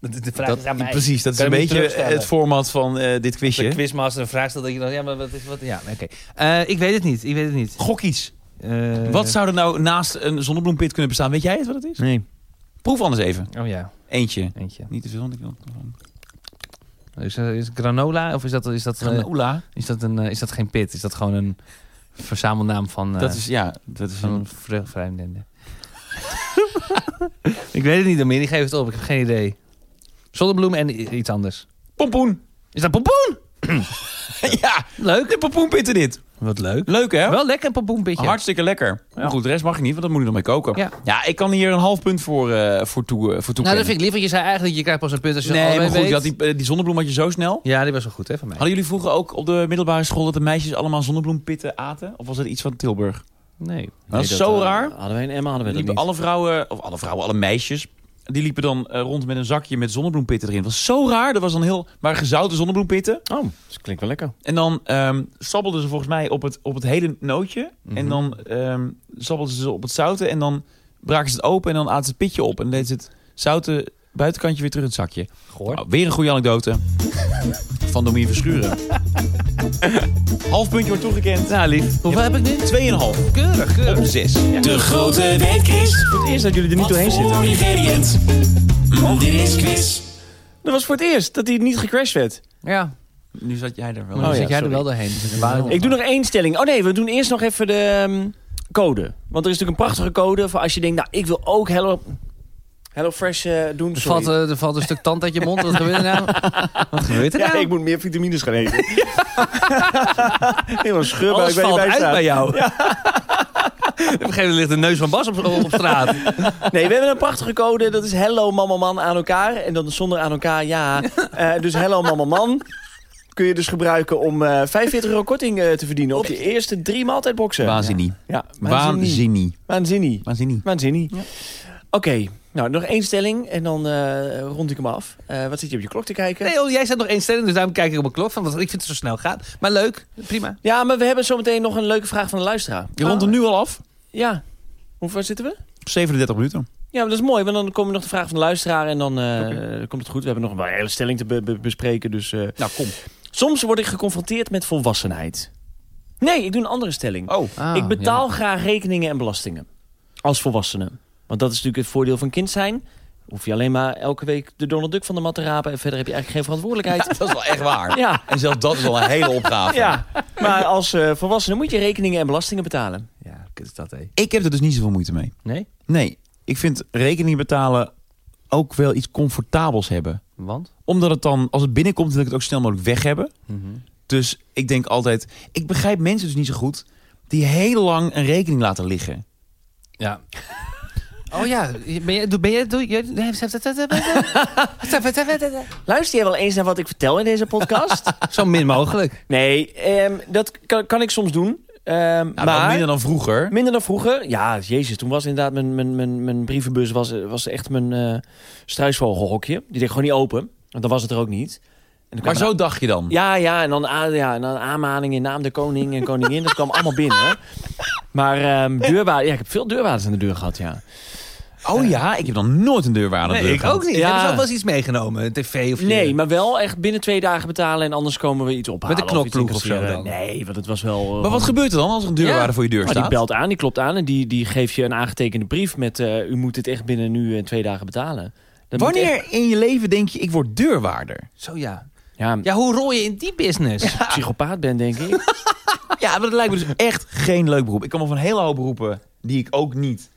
[SPEAKER 2] dat is de vraag is aan mij.
[SPEAKER 1] precies, dat is
[SPEAKER 2] Kan
[SPEAKER 1] een
[SPEAKER 2] je me
[SPEAKER 1] beetje
[SPEAKER 2] terugstellen?
[SPEAKER 1] het format van eh, dit
[SPEAKER 2] Als de
[SPEAKER 1] quizje.
[SPEAKER 2] quizmaster een vraag stelt, dat je dan... Ja, maar wat is wat? Ja, nee, oké. Eh, ik weet het niet, ik weet het niet.
[SPEAKER 1] Gok iets.
[SPEAKER 2] Eh,
[SPEAKER 1] Wat zou er nou naast een zonnebloempit kunnen bestaan? Weet jij het wat het is?
[SPEAKER 2] Nee.
[SPEAKER 1] Proef anders even.
[SPEAKER 2] Oh ja,
[SPEAKER 1] Eentje.
[SPEAKER 2] eentje.
[SPEAKER 1] Niet te veel, want ik wil...
[SPEAKER 2] Is, eh, is het granola of is dat, is dat, eh,
[SPEAKER 1] Granola.
[SPEAKER 2] is dat, een, eh, is dat geen pit? Is dat gewoon een verzamelnaam van... eh,
[SPEAKER 1] Dat is, ja, dat is
[SPEAKER 2] Van
[SPEAKER 1] een...
[SPEAKER 2] een vre- vreemdende. ik weet het niet, Domin. Ik geef het op. Ik heb geen idee. Zonnebloem en i- iets anders.
[SPEAKER 1] Pompoen.
[SPEAKER 2] Is dat pompoen?
[SPEAKER 1] ja, leuk. De pompoenpitten dit.
[SPEAKER 2] Wat leuk.
[SPEAKER 1] Leuk hè?
[SPEAKER 2] Wel lekker een pompoenpitje.
[SPEAKER 1] Hartstikke lekker. Maar goed, de rest mag je niet, want dat moet je nog mee koken.
[SPEAKER 2] Ja.
[SPEAKER 1] ik kan hier een half punt voor, eh voor toe eh, voor
[SPEAKER 2] Nou, dat
[SPEAKER 1] toekennen.
[SPEAKER 2] vind ik lief. Want je zei eigenlijk, je krijgt pas een punt als je
[SPEAKER 1] Nee,
[SPEAKER 2] allebei
[SPEAKER 1] maar goed,
[SPEAKER 2] weet.
[SPEAKER 1] je had die, eh, die zonnebloem had je zo snel.
[SPEAKER 2] Ja, die was wel goed hè, van mij.
[SPEAKER 1] Hadden jullie vroeger ook op de middelbare school dat de meisjes allemaal zonnebloempitten aten? Of was dat iets van Tilburg?
[SPEAKER 2] Nee.
[SPEAKER 1] dat is zo
[SPEAKER 3] eh,
[SPEAKER 1] raar.
[SPEAKER 3] Hadden wij in Emma hadden we dat
[SPEAKER 1] Liepen
[SPEAKER 3] niet.
[SPEAKER 1] alle vrouwen, of alle vrouwen, alle meisjes, die liepen dan eh, rond met een zakje met zonnebloempitten erin. Dat was zo raar. Dat was dan heel, maar gezouten zonnebloempitten.
[SPEAKER 3] Oh, dat klinkt wel lekker.
[SPEAKER 1] En dan ehm sabbelden ze volgens mij op het, op het hele nootje.
[SPEAKER 2] Mhm.
[SPEAKER 1] En dan ehm sabbelden ze op het zouten. En dan braken ze het open en dan aten ze het pitje op. En dan deed ze het zouten buitenkantje weer terug in het zakje.
[SPEAKER 2] Goor.
[SPEAKER 1] Nou, weer een goede anekdote. Van Domien Verschuren. Half puntje wordt toegekend.
[SPEAKER 2] Nou, lief. Hoeveel heb ik nu?
[SPEAKER 1] 2,5
[SPEAKER 2] Keurig,
[SPEAKER 1] op
[SPEAKER 2] keurig.
[SPEAKER 1] 6.
[SPEAKER 5] De grote weetquiz.
[SPEAKER 3] Voor het eerst dat jullie er niet
[SPEAKER 5] Wat
[SPEAKER 3] doorheen
[SPEAKER 5] voor
[SPEAKER 3] zitten.
[SPEAKER 5] ingrediënt? Mm, Dit is quiz.
[SPEAKER 3] Dat was voor het eerst dat hij niet gecrashed werd.
[SPEAKER 2] Ja.
[SPEAKER 1] Nu zat jij er wel.
[SPEAKER 2] Maar dan
[SPEAKER 3] ja,
[SPEAKER 2] zit jij
[SPEAKER 3] sorry.
[SPEAKER 2] er wel doorheen. Dus het waren-
[SPEAKER 3] Ik doe nog één stelling. Oh nee, we doen eerst nog even de ehm, code. Want er is natuurlijk een prachtige code voor als je denkt, nou, ik wil ook Hello, Hello Fresh eh, doen.
[SPEAKER 2] er,
[SPEAKER 3] Sorry.
[SPEAKER 2] valt, eh, er valt een stuk tand uit je mond. Wat gebeurt er nou? Wat gebeurt er
[SPEAKER 3] eh,
[SPEAKER 7] Ja,
[SPEAKER 2] nou?
[SPEAKER 7] ik moet meer vitamines gaan eten. Helemaal scheurbuik
[SPEAKER 3] Alles
[SPEAKER 7] bij je
[SPEAKER 3] valt uit
[SPEAKER 7] bijstaat.
[SPEAKER 3] bij jou.
[SPEAKER 2] Op een gegeven moment ligt de neus van Bas op, op straat.
[SPEAKER 3] Nee, we hebben een prachtige code. Dat is hello mama man aan elkaar. En dan zonder aan elkaar, ja. Eh, dus hello mama man kun je dus gebruiken om eh 45 euro korting eh, te verdienen op je eerste drie maaltijdboxen.
[SPEAKER 1] Waanzinnig.
[SPEAKER 3] Ja, waanzinnig.
[SPEAKER 1] Waanzinnig.
[SPEAKER 3] Waanzinnig.
[SPEAKER 1] Waanzinnig.
[SPEAKER 3] Waanzinnig. Oké, nou nog één stelling en dan eh, rond ik hem af. Eh, wat zit je op je klok te kijken?
[SPEAKER 2] Nee, oh, jij zet nog één stelling, dus daarom kijk ik op mijn klok. Van, want ik vind het zo snel gaat. Maar leuk, prima.
[SPEAKER 3] Ja, maar we hebben zometeen nog een leuke vraag van de luisteraar. Ah,
[SPEAKER 1] Je rondt hem nu al af.
[SPEAKER 3] Ja. Hoe ver zitten we?
[SPEAKER 1] 37 minuten.
[SPEAKER 3] Ja, maar dat is mooi, want dan komen nog de vraag van de luisteraar en dan eh, komt het goed. We hebben nog een hele stelling te be- be- bespreken, dus... eh,
[SPEAKER 1] Nou, kom.
[SPEAKER 3] Soms word ik geconfronteerd met volwassenheid. Nee, ik doe een andere stelling.
[SPEAKER 1] Oh.
[SPEAKER 3] ik betaal graag rekeningen en belastingen. Als volwassene. Want dat is natuurlijk het voordeel van kind zijn. Hoef je alleen maar elke week de Donald Duck van de mat te rapen. En verder heb je eigenlijk geen verantwoordelijkheid.
[SPEAKER 1] Dat is wel echt waar.
[SPEAKER 3] Ja,
[SPEAKER 1] En zelfs dat is al een hele opgave.
[SPEAKER 3] ja. maar als eh, volwassene moet je rekeningen en belastingen betalen.
[SPEAKER 2] Ja, kut is dat, hé.
[SPEAKER 1] Ik heb er dus niet zoveel moeite mee.
[SPEAKER 2] Nee?
[SPEAKER 1] Nee, ik vind rekening betalen ook wel iets comfortabels hebben.
[SPEAKER 2] Want?
[SPEAKER 1] Omdat het dan, als het binnenkomt, wil ik het ook snel mogelijk weg hebben. Dus ik denk altijd, ik begrijp mensen dus niet zo goed die heel lang een rekening laten liggen.
[SPEAKER 2] Ja. Oh ja, ben jij... Ben jij doe, jij, nee,
[SPEAKER 3] Luister jij wel eens naar wat ik vertel in deze podcast?
[SPEAKER 2] zo min mogelijk.
[SPEAKER 3] nee, ehm, dat kan, kan ik soms doen. Ehm,
[SPEAKER 1] Nou, maar
[SPEAKER 3] maar
[SPEAKER 1] minder dan vroeger.
[SPEAKER 3] Minder dan vroeger? Ja, jezus. Toen was inderdaad mijn, mijn, mijn, mijn brievenbus was, was echt mijn eh struisvogelhokje. Die deed gewoon niet open. Want dan was het er ook niet. En dan
[SPEAKER 1] Maar
[SPEAKER 3] kwamen-
[SPEAKER 1] zo dacht je dan. nou.
[SPEAKER 3] Ja, ja. En dan, a- ja, en dan aanmaningen, naam de koning en koningin. dat kwam allemaal binnen. Maar ehm deurwaarden... Ja, ik heb veel deurwaarders aan de deur gehad, ja.
[SPEAKER 1] Oh ja, ik heb dan nooit een deurwaarde aan de
[SPEAKER 2] Nee,
[SPEAKER 1] deur
[SPEAKER 2] ik
[SPEAKER 1] gehad.
[SPEAKER 2] ook niet.
[SPEAKER 3] Ja.
[SPEAKER 2] Hebben ze ook wel eens iets meegenomen? Een tv of je-
[SPEAKER 3] Nee, maar wel echt binnen twee dagen betalen... en anders komen we iets ophalen.
[SPEAKER 2] Met een
[SPEAKER 3] of iets
[SPEAKER 2] knokploeg of zo
[SPEAKER 3] incasseren.
[SPEAKER 2] dan?
[SPEAKER 3] Nee, want het was wel... eh,
[SPEAKER 1] Maar wat gebeurt er dan als er een deurwaarde
[SPEAKER 2] Ja.
[SPEAKER 1] voor je deur
[SPEAKER 3] Maar Oh, die
[SPEAKER 1] staat?
[SPEAKER 3] belt aan, die klopt aan en die, die geeft je een aangetekende brief met... eh, u moet dit echt binnen nu en twee dagen betalen. Dat moet echt-
[SPEAKER 1] Wanneer in je leven denk je, ik word deurwaarder?
[SPEAKER 2] Zo ja.
[SPEAKER 3] Ja,
[SPEAKER 2] Ja, hoe rol je in die business?
[SPEAKER 3] psychopaat ben, denk ik.
[SPEAKER 1] Ja, maar dat lijkt me dus echt geen leuk beroep. Ik kan me van een hele hoop beroepen die ik ook niet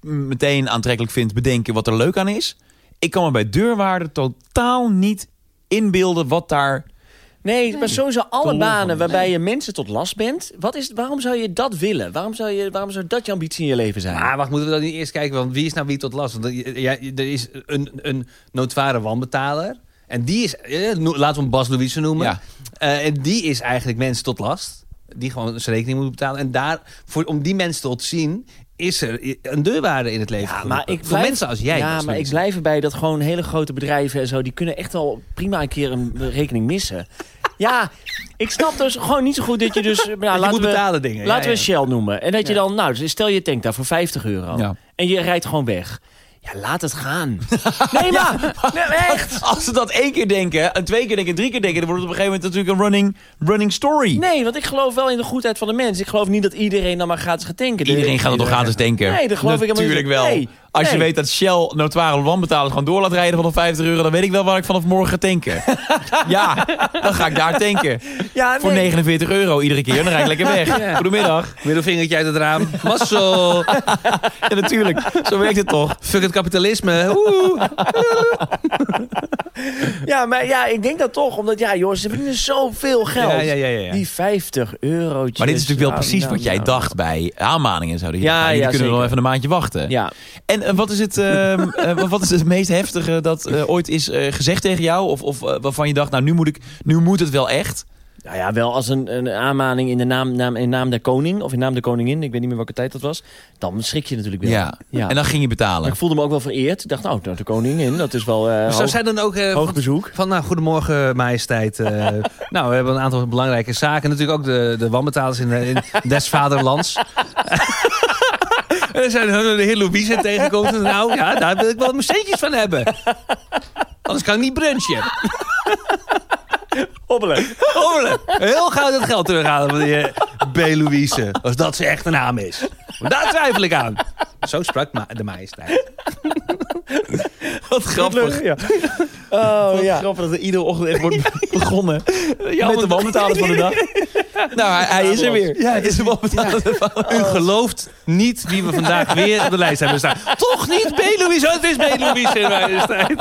[SPEAKER 1] m- meteen aantrekkelijk vind bedenken wat er leuk aan is. Ik kan me bij deurwaarder totaal niet inbeelden wat daar
[SPEAKER 3] Nee, maar sowieso alle
[SPEAKER 1] lol van
[SPEAKER 3] banen
[SPEAKER 1] het.
[SPEAKER 3] waarbij je mensen tot last bent. Wat is, waarom zou je dat willen? Waarom zou, je, waarom zou dat je ambitie in je leven
[SPEAKER 1] Ah,
[SPEAKER 3] zijn?
[SPEAKER 2] Maar Ah, wacht, moeten we dan niet eerst kijken? Want wie is nou wie tot last? Want eh, ja, er is een, een notoire wanbetaler. En die is, eh, no- laten we hem Bas Louise noemen.
[SPEAKER 1] Ja.
[SPEAKER 2] Eh, en die is eigenlijk mensen tot last. Die gewoon zijn rekening moet betalen. En daar, voor, om die mensen te ontzien, is er i- een deurwaarde in het leven.
[SPEAKER 3] Ja,
[SPEAKER 2] geroepen.
[SPEAKER 3] Ah, maar ik
[SPEAKER 2] Voor
[SPEAKER 3] blijf-
[SPEAKER 2] mensen als jij.
[SPEAKER 3] Ja,
[SPEAKER 2] Bas
[SPEAKER 3] maar
[SPEAKER 2] Louise.
[SPEAKER 3] ik blijf erbij dat gewoon hele grote bedrijven en zo... die kunnen echt al prima een keer een rekening missen. Ja, ik snap dus gewoon niet zo goed dat je dus... Nou,
[SPEAKER 2] je
[SPEAKER 3] laten
[SPEAKER 2] moet
[SPEAKER 3] we,
[SPEAKER 2] betalen dingen,
[SPEAKER 3] Laten
[SPEAKER 2] ja,
[SPEAKER 3] we
[SPEAKER 2] ja.
[SPEAKER 3] Shell noemen. En dat je dan... Nou, stel je tankt daar voor 50 euro.
[SPEAKER 1] Ja.
[SPEAKER 3] En je rijdt gewoon weg. Ja, laat het gaan. Nee, maar... nee, maar echt.
[SPEAKER 1] Als ze dat één keer denken, en twee keer denken, drie keer denken... dan wordt het op een gegeven moment natuurlijk een running, running story.
[SPEAKER 3] Nee, want ik geloof wel in de goedheid van de mens. Ik geloof niet dat iedereen dan maar gratis gaat tanken.
[SPEAKER 1] Iedereen gaat het toch gratis denken?
[SPEAKER 3] Nee, dat geloof ik helemaal
[SPEAKER 1] Natuurlijk
[SPEAKER 3] niet.
[SPEAKER 1] wel.
[SPEAKER 3] Nee,
[SPEAKER 1] Als je
[SPEAKER 3] nee.
[SPEAKER 1] weet dat Shell notoire wanbetalers gewoon door laat rijden van de 50 euro... dan weet ik wel waar ik vanaf morgen ga tanken. ja, dan ga ik daar tanken.
[SPEAKER 3] Ja,
[SPEAKER 1] Voor
[SPEAKER 3] nee.
[SPEAKER 1] 49 euro iedere keer. Dan rijd ik lekker weg. Goedemiddag.
[SPEAKER 2] Middelvingertje uit het raam. Mazzel.
[SPEAKER 1] Ja, natuurlijk. Zo werkt het toch.
[SPEAKER 2] Fuck het kapitalisme. Oeh.
[SPEAKER 3] Ja, maar ja, ik denk dat toch. Omdat, ja, joh, ze verdienen zoveel geld.
[SPEAKER 2] Ja, ja, ja, ja, ja.
[SPEAKER 3] Die 50 eurotjes.
[SPEAKER 1] Maar dit is natuurlijk wel
[SPEAKER 3] Nou,
[SPEAKER 1] precies
[SPEAKER 3] nou,
[SPEAKER 1] wat jij
[SPEAKER 3] nou.
[SPEAKER 1] dacht bij aanmaningen. Zouden
[SPEAKER 3] Ja,
[SPEAKER 1] ja,
[SPEAKER 3] ja,
[SPEAKER 1] jullie kunnen nog
[SPEAKER 3] zeker.
[SPEAKER 1] even een maandje wachten.
[SPEAKER 3] Ja.
[SPEAKER 1] En eh, wat, is het, ehm, eh, wat is het meest heftige dat eh, ooit is eh, gezegd tegen jou? Of, of eh, waarvan je dacht, nou nu moet, ik, nu moet het wel echt?
[SPEAKER 3] Nou ja, wel als een, een aanmaning in de naam, naam, in naam der koning. Of in naam der koningin. Ik weet niet meer welke tijd dat was. Dan schrik je natuurlijk wel. ja.
[SPEAKER 1] En dan ging je betalen.
[SPEAKER 3] Maar ik voelde me ook wel vereerd. Ik dacht, nou, nou, de koningin, dat is wel
[SPEAKER 1] Dus
[SPEAKER 3] eh
[SPEAKER 2] Zou
[SPEAKER 3] hoog,
[SPEAKER 2] zij dan ook... eh,
[SPEAKER 3] hoog bezoek.
[SPEAKER 2] Van nou, goedemorgen, majesteit. Eh, nou, we hebben een aantal belangrijke zaken. Natuurlijk ook de, de wanbetalers in, de- in des vaderlands. en dan zijn hun de heer Louise tegenkomt. En nou, ja, daar wil ik wel mijn centjes van hebben. Anders kan ik niet brunchen.
[SPEAKER 3] Hobbelen.
[SPEAKER 2] Hobbelen. Heel gauw dat geld terughalen van die eh, B. Louise. Als dat zijn echte naam is. Want daar twijfel ik aan. Zo sprak ma- de majesteit.
[SPEAKER 1] Wat grappig.
[SPEAKER 3] Ja. Oh ja.
[SPEAKER 1] Grappig dat er iedere ochtend echt wordt begonnen met de
[SPEAKER 2] want-
[SPEAKER 1] wanbetaler van de dag. nou, hij, hij is er weer. Ja, hij is de wanbetaler van de
[SPEAKER 2] U gelooft niet wie we vandaag weer op de lijst hebben staan. Toch niet B. Louise. Oh, het is B. Louise in majesteit.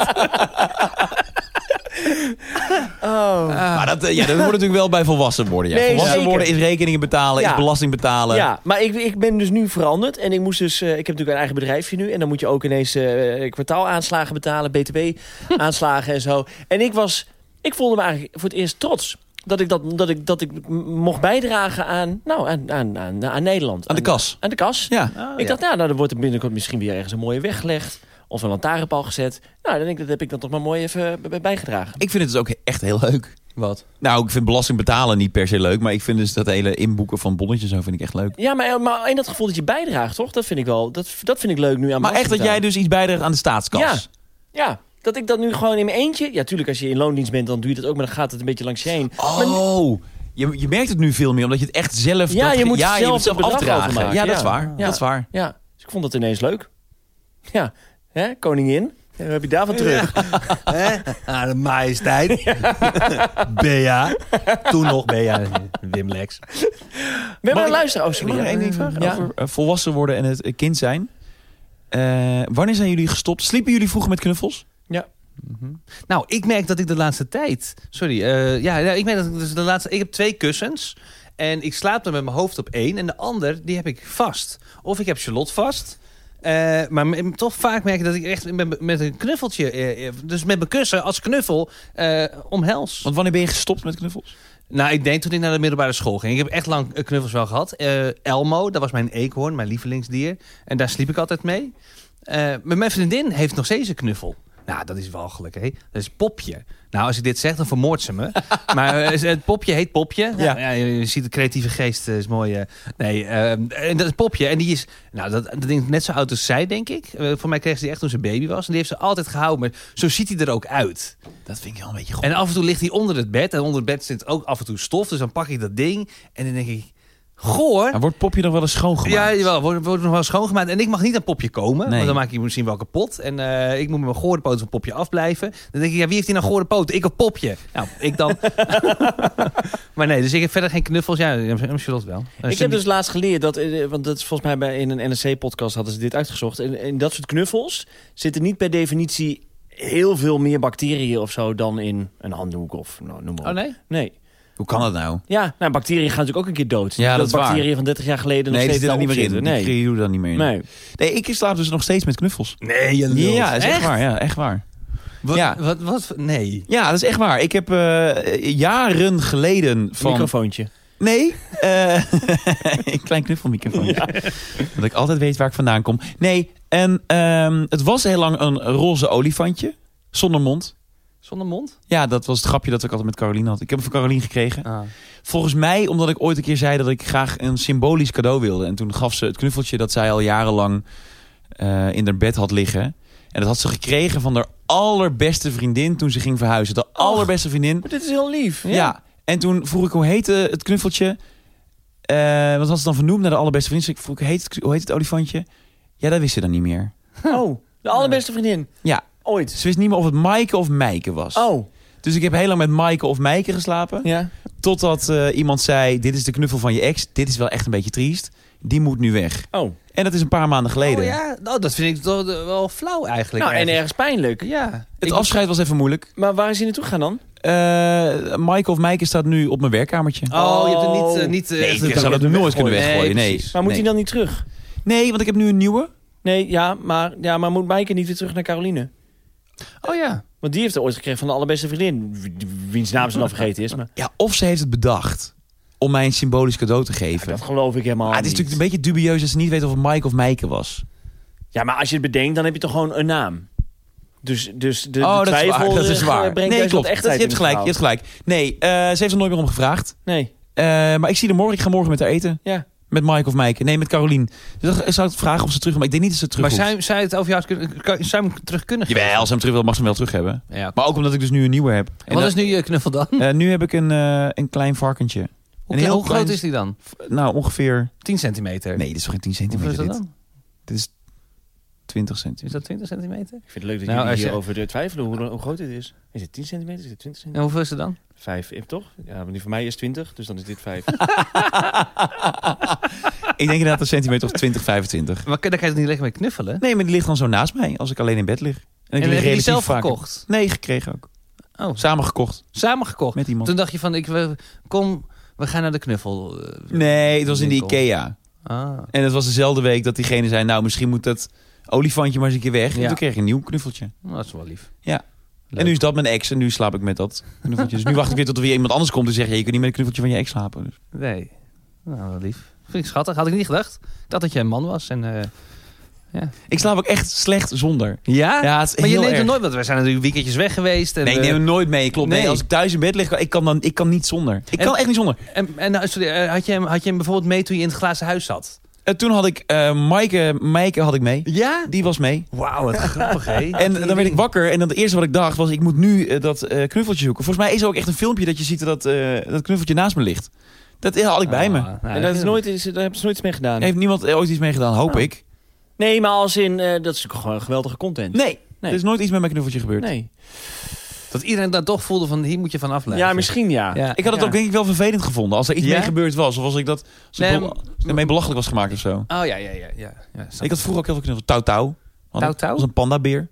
[SPEAKER 1] Maar dat, eh, ja, dat hoort natuurlijk wel bij volwassen worden. Ja.
[SPEAKER 3] Ah. Nee,
[SPEAKER 1] volwassen
[SPEAKER 3] zeker.
[SPEAKER 1] worden is rekeningen betalen,
[SPEAKER 3] Ja.
[SPEAKER 1] is belasting betalen.
[SPEAKER 3] Ja, maar ik, ik ben dus nu veranderd. En ik moest dus. eh, ik heb natuurlijk een eigen bedrijfje nu. En dan moet je ook ineens eh kwartaalaanslagen betalen, BTW-aanslagen en zo. En ik was. Ik voelde me eigenlijk voor het eerst trots. Dat ik, dat, dat ik, dat ik m- mocht bijdragen aan, nou, aan, aan, aan, aan Nederland.
[SPEAKER 1] Aan de kas.
[SPEAKER 3] Aan de kas.
[SPEAKER 1] Ja.
[SPEAKER 3] ik dacht, nou, nou, dan wordt er binnenkort misschien weer ergens een mooie weg gelegd. Of een lantaarnpaal gezet. Nou, dan denk ik, dat heb ik dan toch maar mooi even eh, b- b- bijgedragen.
[SPEAKER 1] Ik vind het dus ook echt heel leuk.
[SPEAKER 2] Wat?
[SPEAKER 1] Nou, ik vind belasting betalen niet per se leuk. Maar ik vind dus dat hele inboeken van bonnetjes en zo vind ik echt leuk.
[SPEAKER 3] Ja, maar, eh, maar in dat gevoel dat je bijdraagt, toch? Dat vind ik wel. Dat, dat vind ik leuk nu aan
[SPEAKER 1] Maar echt dat jij
[SPEAKER 3] belastingbetaler.
[SPEAKER 1] dus iets bijdraagt aan de staatskas.
[SPEAKER 3] Ja, ja. Dat ik dat nu gewoon in mijn eentje... Ja, tuurlijk, als je in loondienst bent, dan doe je dat ook, maar dan gaat het een beetje langs je heen. Maar nu-
[SPEAKER 1] Oh, je, je merkt het nu veel meer. Omdat je het echt zelf...
[SPEAKER 3] Ja,
[SPEAKER 1] dat-
[SPEAKER 3] je moet zelf het bedrag
[SPEAKER 1] Ja,
[SPEAKER 3] overmaken.
[SPEAKER 1] dat is
[SPEAKER 3] Ja.
[SPEAKER 1] waar.
[SPEAKER 3] Ja.
[SPEAKER 1] Dat is waar.
[SPEAKER 3] Ja, dus ik vond dat ineens leuk. Ja, hè, koningin. Ja, wat heb je daarvan terug?
[SPEAKER 1] Ah,
[SPEAKER 2] Aan de majesteit. Bea. Toen nog Bea. Wim Lex.
[SPEAKER 3] We hebben
[SPEAKER 1] Mag
[SPEAKER 3] een
[SPEAKER 1] ik-
[SPEAKER 3] luisteraar. Oh,
[SPEAKER 1] Mag
[SPEAKER 3] sorry.
[SPEAKER 1] ik nog
[SPEAKER 3] ja.
[SPEAKER 1] één ding vragen
[SPEAKER 3] Ja.
[SPEAKER 1] over eh, volwassen worden en het eh, kind zijn? Eh, wanneer zijn jullie gestopt? Sliepen jullie vroeger met knuffels?
[SPEAKER 2] Nou, ik merk dat ik de laatste tijd. Sorry. eh, ja, ja, ik merk dat ik dus de laatste. Ik heb twee kussens. En ik slaap dan met mijn hoofd op één. En de ander, die heb ik vast. Of ik heb Charlotte vast. eh, maar m- m- toch vaak merk ik dat ik echt met, met een knuffeltje. eh, eh, dus met mijn kussen als knuffel eh omhels.
[SPEAKER 1] Want wanneer ben je gestopt met knuffels?
[SPEAKER 2] Nou, ik denk toen ik naar de middelbare school ging. Ik heb echt lang eh, knuffels wel gehad. Eh, Elmo, dat was mijn eekhoorn, mijn lievelingsdier. En daar sliep ik altijd mee. Eh, maar mijn vriendin heeft nog steeds een knuffel. Nou, dat is walgelijk, hè? Dat is Popje. Nou, als ik dit zeg, dan vermoordt ze me. maar eh, het Popje heet Popje. Ja.
[SPEAKER 1] Ja.
[SPEAKER 2] je, je ziet, de creatieve geest eh, is mooi. eh. Nee, ehm, en dat is Popje. En die is, nou, dat, dat ding is net zo oud als zij, denk ik. Eh, voor mij kreeg ze die echt toen ze baby was. En die heeft ze altijd gehouden. Maar zo ziet hij er ook uit.
[SPEAKER 1] Dat vind ik wel een beetje goed.
[SPEAKER 2] En af en toe ligt hij onder het bed. En onder het bed zit ook af en toe stof. Dus dan pak ik dat ding. En dan denk ik, goor.
[SPEAKER 1] Maar wordt Popje dan wel eens schoongemaakt?
[SPEAKER 2] Ja, jawel, wordt, wordt nog wel schoongemaakt. En ik mag niet aan Popje komen. Want
[SPEAKER 1] Nee.
[SPEAKER 2] dan maak ik hem misschien wel kapot. En eh, ik moet met mijn gore poten van Popje afblijven. Dan denk ik, ja, wie heeft hier nou gore poten? Ik of Popje? Nou, ik dan. maar nee, dus ik heb verder geen knuffels. Ja, misschien Charlotte wel.
[SPEAKER 3] Ik heb dus laatst geleerd dat, eh, want dat is volgens mij bij in een NRC-podcast hadden ze dit uitgezocht. En in dat soort knuffels zitten niet per definitie heel veel meer bacteriën of zo dan in een handdoek of nou, noem maar op.
[SPEAKER 2] Oh nee?
[SPEAKER 3] Nee.
[SPEAKER 1] Hoe kan dat nou?
[SPEAKER 3] Ja, nou, bacteriën gaan natuurlijk ook een keer dood.
[SPEAKER 1] Ja, dat
[SPEAKER 3] dat
[SPEAKER 1] is waar.
[SPEAKER 3] bacteriën van 30 jaar
[SPEAKER 1] Nee,
[SPEAKER 3] geleden nog
[SPEAKER 1] die zit
[SPEAKER 3] steeds
[SPEAKER 1] er niet
[SPEAKER 3] daarop
[SPEAKER 1] meer in.
[SPEAKER 3] zitten.
[SPEAKER 1] Nee.
[SPEAKER 3] Nee.
[SPEAKER 1] Die doe er dan niet meer in.
[SPEAKER 3] Nee.
[SPEAKER 1] Nee, ik slaap dus nog steeds met knuffels.
[SPEAKER 2] Nee, je
[SPEAKER 1] Ja, is echt,
[SPEAKER 2] Echt?
[SPEAKER 1] waar. Ja, echt waar.
[SPEAKER 2] Wat,
[SPEAKER 1] Ja.
[SPEAKER 2] wat, wat- nee.
[SPEAKER 1] Ja, dat is echt waar. Ik heb eh, jaren geleden van...
[SPEAKER 3] Microfoontje.
[SPEAKER 1] Nee, eh, een klein knuffelmicrofoon. Dat ik altijd weet waar ik vandaan kom. Nee, en ehm, het was heel lang een roze olifantje. Zonder mond.
[SPEAKER 2] Zonder mond?
[SPEAKER 1] Ja, dat was het grapje dat ik altijd met Caroline had. Ik heb hem van Caroline gekregen. Volgens mij omdat ik ooit een keer zei dat ik graag een symbolisch cadeau wilde. En toen gaf ze het knuffeltje dat zij al jarenlang eh, in haar bed had liggen. En dat had ze gekregen van haar allerbeste vriendin toen ze ging verhuizen. De allerbeste vriendin.
[SPEAKER 3] Maar dit is heel lief.
[SPEAKER 1] Ja. En toen vroeg ik hoe heette het knuffeltje. Eh wat was het dan vernoemd naar de allerbeste vriendin? Dus ik vroeg hoe heet, het, hoe heet het olifantje? Ja, dat wist ze dan niet meer.
[SPEAKER 3] Oh, de allerbeste vriendin.
[SPEAKER 1] Ja, Dus
[SPEAKER 3] Ooit.
[SPEAKER 1] ze wist niet meer of het Maaike of Mijke was.
[SPEAKER 3] Oh.
[SPEAKER 1] Dus ik heb heel lang met Maaike of Mijke geslapen.
[SPEAKER 3] Ja.
[SPEAKER 1] Totdat eh, iemand zei, dit is de knuffel van je ex. Dit is wel echt een beetje triest. Die moet nu weg.
[SPEAKER 3] Oh.
[SPEAKER 1] En dat is een paar maanden geleden.
[SPEAKER 2] Oh ja, nou, dat vind ik toch eh, wel flauw eigenlijk.
[SPEAKER 3] Nou, en
[SPEAKER 2] ergens.
[SPEAKER 3] ergens pijnlijk.
[SPEAKER 2] Ja.
[SPEAKER 1] Het afscheid was even moeilijk.
[SPEAKER 3] Maar waar is hij naartoe gaan dan?
[SPEAKER 1] Eh Maaike of Mijke staat nu op mijn werkkamertje.
[SPEAKER 2] Oh, je hebt er niet... eh, niet eh,
[SPEAKER 1] Nee,
[SPEAKER 2] echt
[SPEAKER 1] ik
[SPEAKER 2] een-
[SPEAKER 1] zou dat nooit kunnen weggooien. Nee,
[SPEAKER 2] precies.
[SPEAKER 3] Maar moet
[SPEAKER 1] nee.
[SPEAKER 3] hij nou- dan niet terug?
[SPEAKER 1] Nee, want ik heb nu een nieuwe.
[SPEAKER 3] Nee, ja, maar, ja, maar moet Maaike niet weer terug naar Caroline?
[SPEAKER 2] Oh ja.
[SPEAKER 3] Want die heeft er ooit gekregen van de allerbeste vriendin. w- Wiens naam ze dan vergeten is. Maar
[SPEAKER 1] Ja, of ze heeft het bedacht om mij een symbolisch cadeau te geven.
[SPEAKER 3] dat geloof ik helemaal
[SPEAKER 1] Ah, het is
[SPEAKER 3] niet.
[SPEAKER 1] natuurlijk een beetje dubieus dat ze niet weet of het Mike of Mijke was.
[SPEAKER 3] Ja, maar als je het bedenkt, dan heb je toch gewoon een naam. Dus, dus de, de
[SPEAKER 1] oh, dat is
[SPEAKER 3] twijfel
[SPEAKER 1] waar. Dat is
[SPEAKER 3] eh,
[SPEAKER 1] waar.
[SPEAKER 3] brengt
[SPEAKER 1] Nee,
[SPEAKER 3] juist wat
[SPEAKER 1] klopt. Dat, je
[SPEAKER 3] echtheid
[SPEAKER 1] hebt
[SPEAKER 3] in
[SPEAKER 1] gelijk. Je
[SPEAKER 3] het
[SPEAKER 1] hebt gelijk. Nee, eh, ze heeft er nooit meer om gevraagd.
[SPEAKER 3] verhaal. Nee,
[SPEAKER 1] Eh, maar ik zie haar morgen. Ik ga morgen met haar eten.
[SPEAKER 3] ja.
[SPEAKER 1] Met Mike of Mijke. Nee, met Carolien. Dus dan zou ik vragen of ze terug Maar ik denk niet dat ze terug
[SPEAKER 2] Maar
[SPEAKER 1] hoeft.
[SPEAKER 2] zou, zou je het over jou kunnen, kan- zou je hem terug kunnen geven?
[SPEAKER 1] Jawel, als ze hem terug wil, mag ze hem wel terug hebben.
[SPEAKER 2] Ja.
[SPEAKER 1] Maar ook omdat ik dus nu een nieuwe heb. En
[SPEAKER 2] En wat
[SPEAKER 1] dat-
[SPEAKER 2] is nu je knuffel dan?
[SPEAKER 1] eh, nu heb ik een, eh, een klein varkentje.
[SPEAKER 2] Hoe,
[SPEAKER 1] heel
[SPEAKER 2] hoe groot
[SPEAKER 1] klein-
[SPEAKER 2] is die dan?
[SPEAKER 1] Nou, ongeveer...
[SPEAKER 2] 10 centimeter.
[SPEAKER 1] Nee, dit is toch geen 10
[SPEAKER 2] Hoeveel
[SPEAKER 1] centimeter
[SPEAKER 2] is dat
[SPEAKER 1] dit?
[SPEAKER 2] dan?
[SPEAKER 1] Dit is 20
[SPEAKER 2] Is
[SPEAKER 1] centimeter.
[SPEAKER 2] dat 20 centimeter?
[SPEAKER 3] Ik vind het leuk dat
[SPEAKER 2] Nou,
[SPEAKER 3] jullie
[SPEAKER 2] als je-
[SPEAKER 3] hier over de twijfelen hoe, hoe groot dit is. Is het 10 centimeter? Is het 20
[SPEAKER 2] En
[SPEAKER 3] centimeter?
[SPEAKER 2] hoeveel is het dan?
[SPEAKER 3] 5, toch? Ja, maar die van mij is 20, dus dan is dit 5.
[SPEAKER 1] ik denk inderdaad een centimeter of 20, 25.
[SPEAKER 2] Maar kun- daar kan je toch niet lekker mee knuffelen?
[SPEAKER 1] Nee, maar die ligt dan zo naast mij als ik alleen in bed lig. En lig
[SPEAKER 2] En heb je die
[SPEAKER 1] relatief
[SPEAKER 2] zelf
[SPEAKER 1] vaak-
[SPEAKER 2] gekocht?
[SPEAKER 1] Nee, gekregen ook.
[SPEAKER 2] Oh,
[SPEAKER 1] Samen gekocht
[SPEAKER 2] samen gekocht.
[SPEAKER 1] met iemand.
[SPEAKER 2] Toen dacht je van, ik, we- kom, we gaan naar de knuffel. eh,
[SPEAKER 1] Nee, het was in de
[SPEAKER 2] winkel.
[SPEAKER 1] Ikea.
[SPEAKER 2] Ah.
[SPEAKER 1] En het was dezelfde week dat diegene zei... nou, misschien moet dat olifantje maar eens een keer weg. En
[SPEAKER 2] Ja.
[SPEAKER 1] toen kreeg ik een nieuw knuffeltje.
[SPEAKER 2] Nou, dat is wel lief.
[SPEAKER 1] Ja.
[SPEAKER 2] Leuk.
[SPEAKER 1] En nu is dat mijn ex en nu slaap ik met dat knuffeltje. Dus nu wacht ik weer tot er weer iemand anders komt en zegt... Ja, je kunt niet met het knuffeltje van je ex slapen. Dus-
[SPEAKER 2] Nee. Nou, wel lief. Vind ik schattig. Had ik niet gedacht. Ik dacht dat jij een man was. En, eh,
[SPEAKER 1] Ik slaap ook echt slecht zonder.
[SPEAKER 2] ja?
[SPEAKER 1] Ja, het is
[SPEAKER 2] Maar je
[SPEAKER 1] heel
[SPEAKER 2] neemt er
[SPEAKER 1] erg.
[SPEAKER 2] nooit, want wij zijn natuurlijk weekendjes weg geweest. En,
[SPEAKER 1] Nee, ik
[SPEAKER 2] eh,
[SPEAKER 1] neem hem nooit mee. Klopt. Nee.
[SPEAKER 2] Nee.
[SPEAKER 1] als ik thuis in bed lig, ik kan, dan, ik kan niet zonder. Ik
[SPEAKER 2] En-
[SPEAKER 1] kan echt niet zonder.
[SPEAKER 2] en, en nou, sorry, eh, had, je hem, had je hem bijvoorbeeld mee toen je in het glazen huis zat?
[SPEAKER 1] En toen had ik eh Maaike, Maaike had ik mee.
[SPEAKER 2] Ja?
[SPEAKER 1] Die was mee.
[SPEAKER 2] Wauw, wat grappig, hè?
[SPEAKER 1] En eh, dan werd ik wakker en dan het eerste wat ik dacht was... ik moet nu eh, dat eh, knuffeltje zoeken. Volgens mij is er ook echt een filmpje dat je ziet dat eh, dat knuffeltje naast me ligt. Dat had ik bij me.
[SPEAKER 2] Ah, nou,
[SPEAKER 3] en dat is nooit, is, daar hebben ze nooit iets mee gedaan.
[SPEAKER 1] Heeft niemand ooit iets mee gedaan, hoop
[SPEAKER 3] Ah.
[SPEAKER 1] ik.
[SPEAKER 3] Nee, maar als in, eh, dat is natuurlijk gewoon geweldige content.
[SPEAKER 1] Nee,
[SPEAKER 3] Nee.
[SPEAKER 1] er is nooit iets met mijn knuffeltje gebeurd.
[SPEAKER 3] Nee.
[SPEAKER 2] Dat iedereen dan toch voelde van, hier moet je van afblijven.
[SPEAKER 3] Ja, misschien ja.
[SPEAKER 2] Ja.
[SPEAKER 1] Ik had het
[SPEAKER 3] Ja.
[SPEAKER 1] ook denk ik wel vervelend gevonden als er iets
[SPEAKER 2] Ja?
[SPEAKER 1] mee gebeurd was. Of als ik dat als ik
[SPEAKER 2] Nee,
[SPEAKER 1] bel-
[SPEAKER 2] maar-
[SPEAKER 1] als ik ermee belachelijk was gemaakt of zo.
[SPEAKER 2] Oh, ja, ja, ja. ja, ja
[SPEAKER 1] Ik had vroeger ook heel veel knuffels. Tau Tau. Had ik.
[SPEAKER 2] Tau-tau?
[SPEAKER 1] Dat was een pandabeer.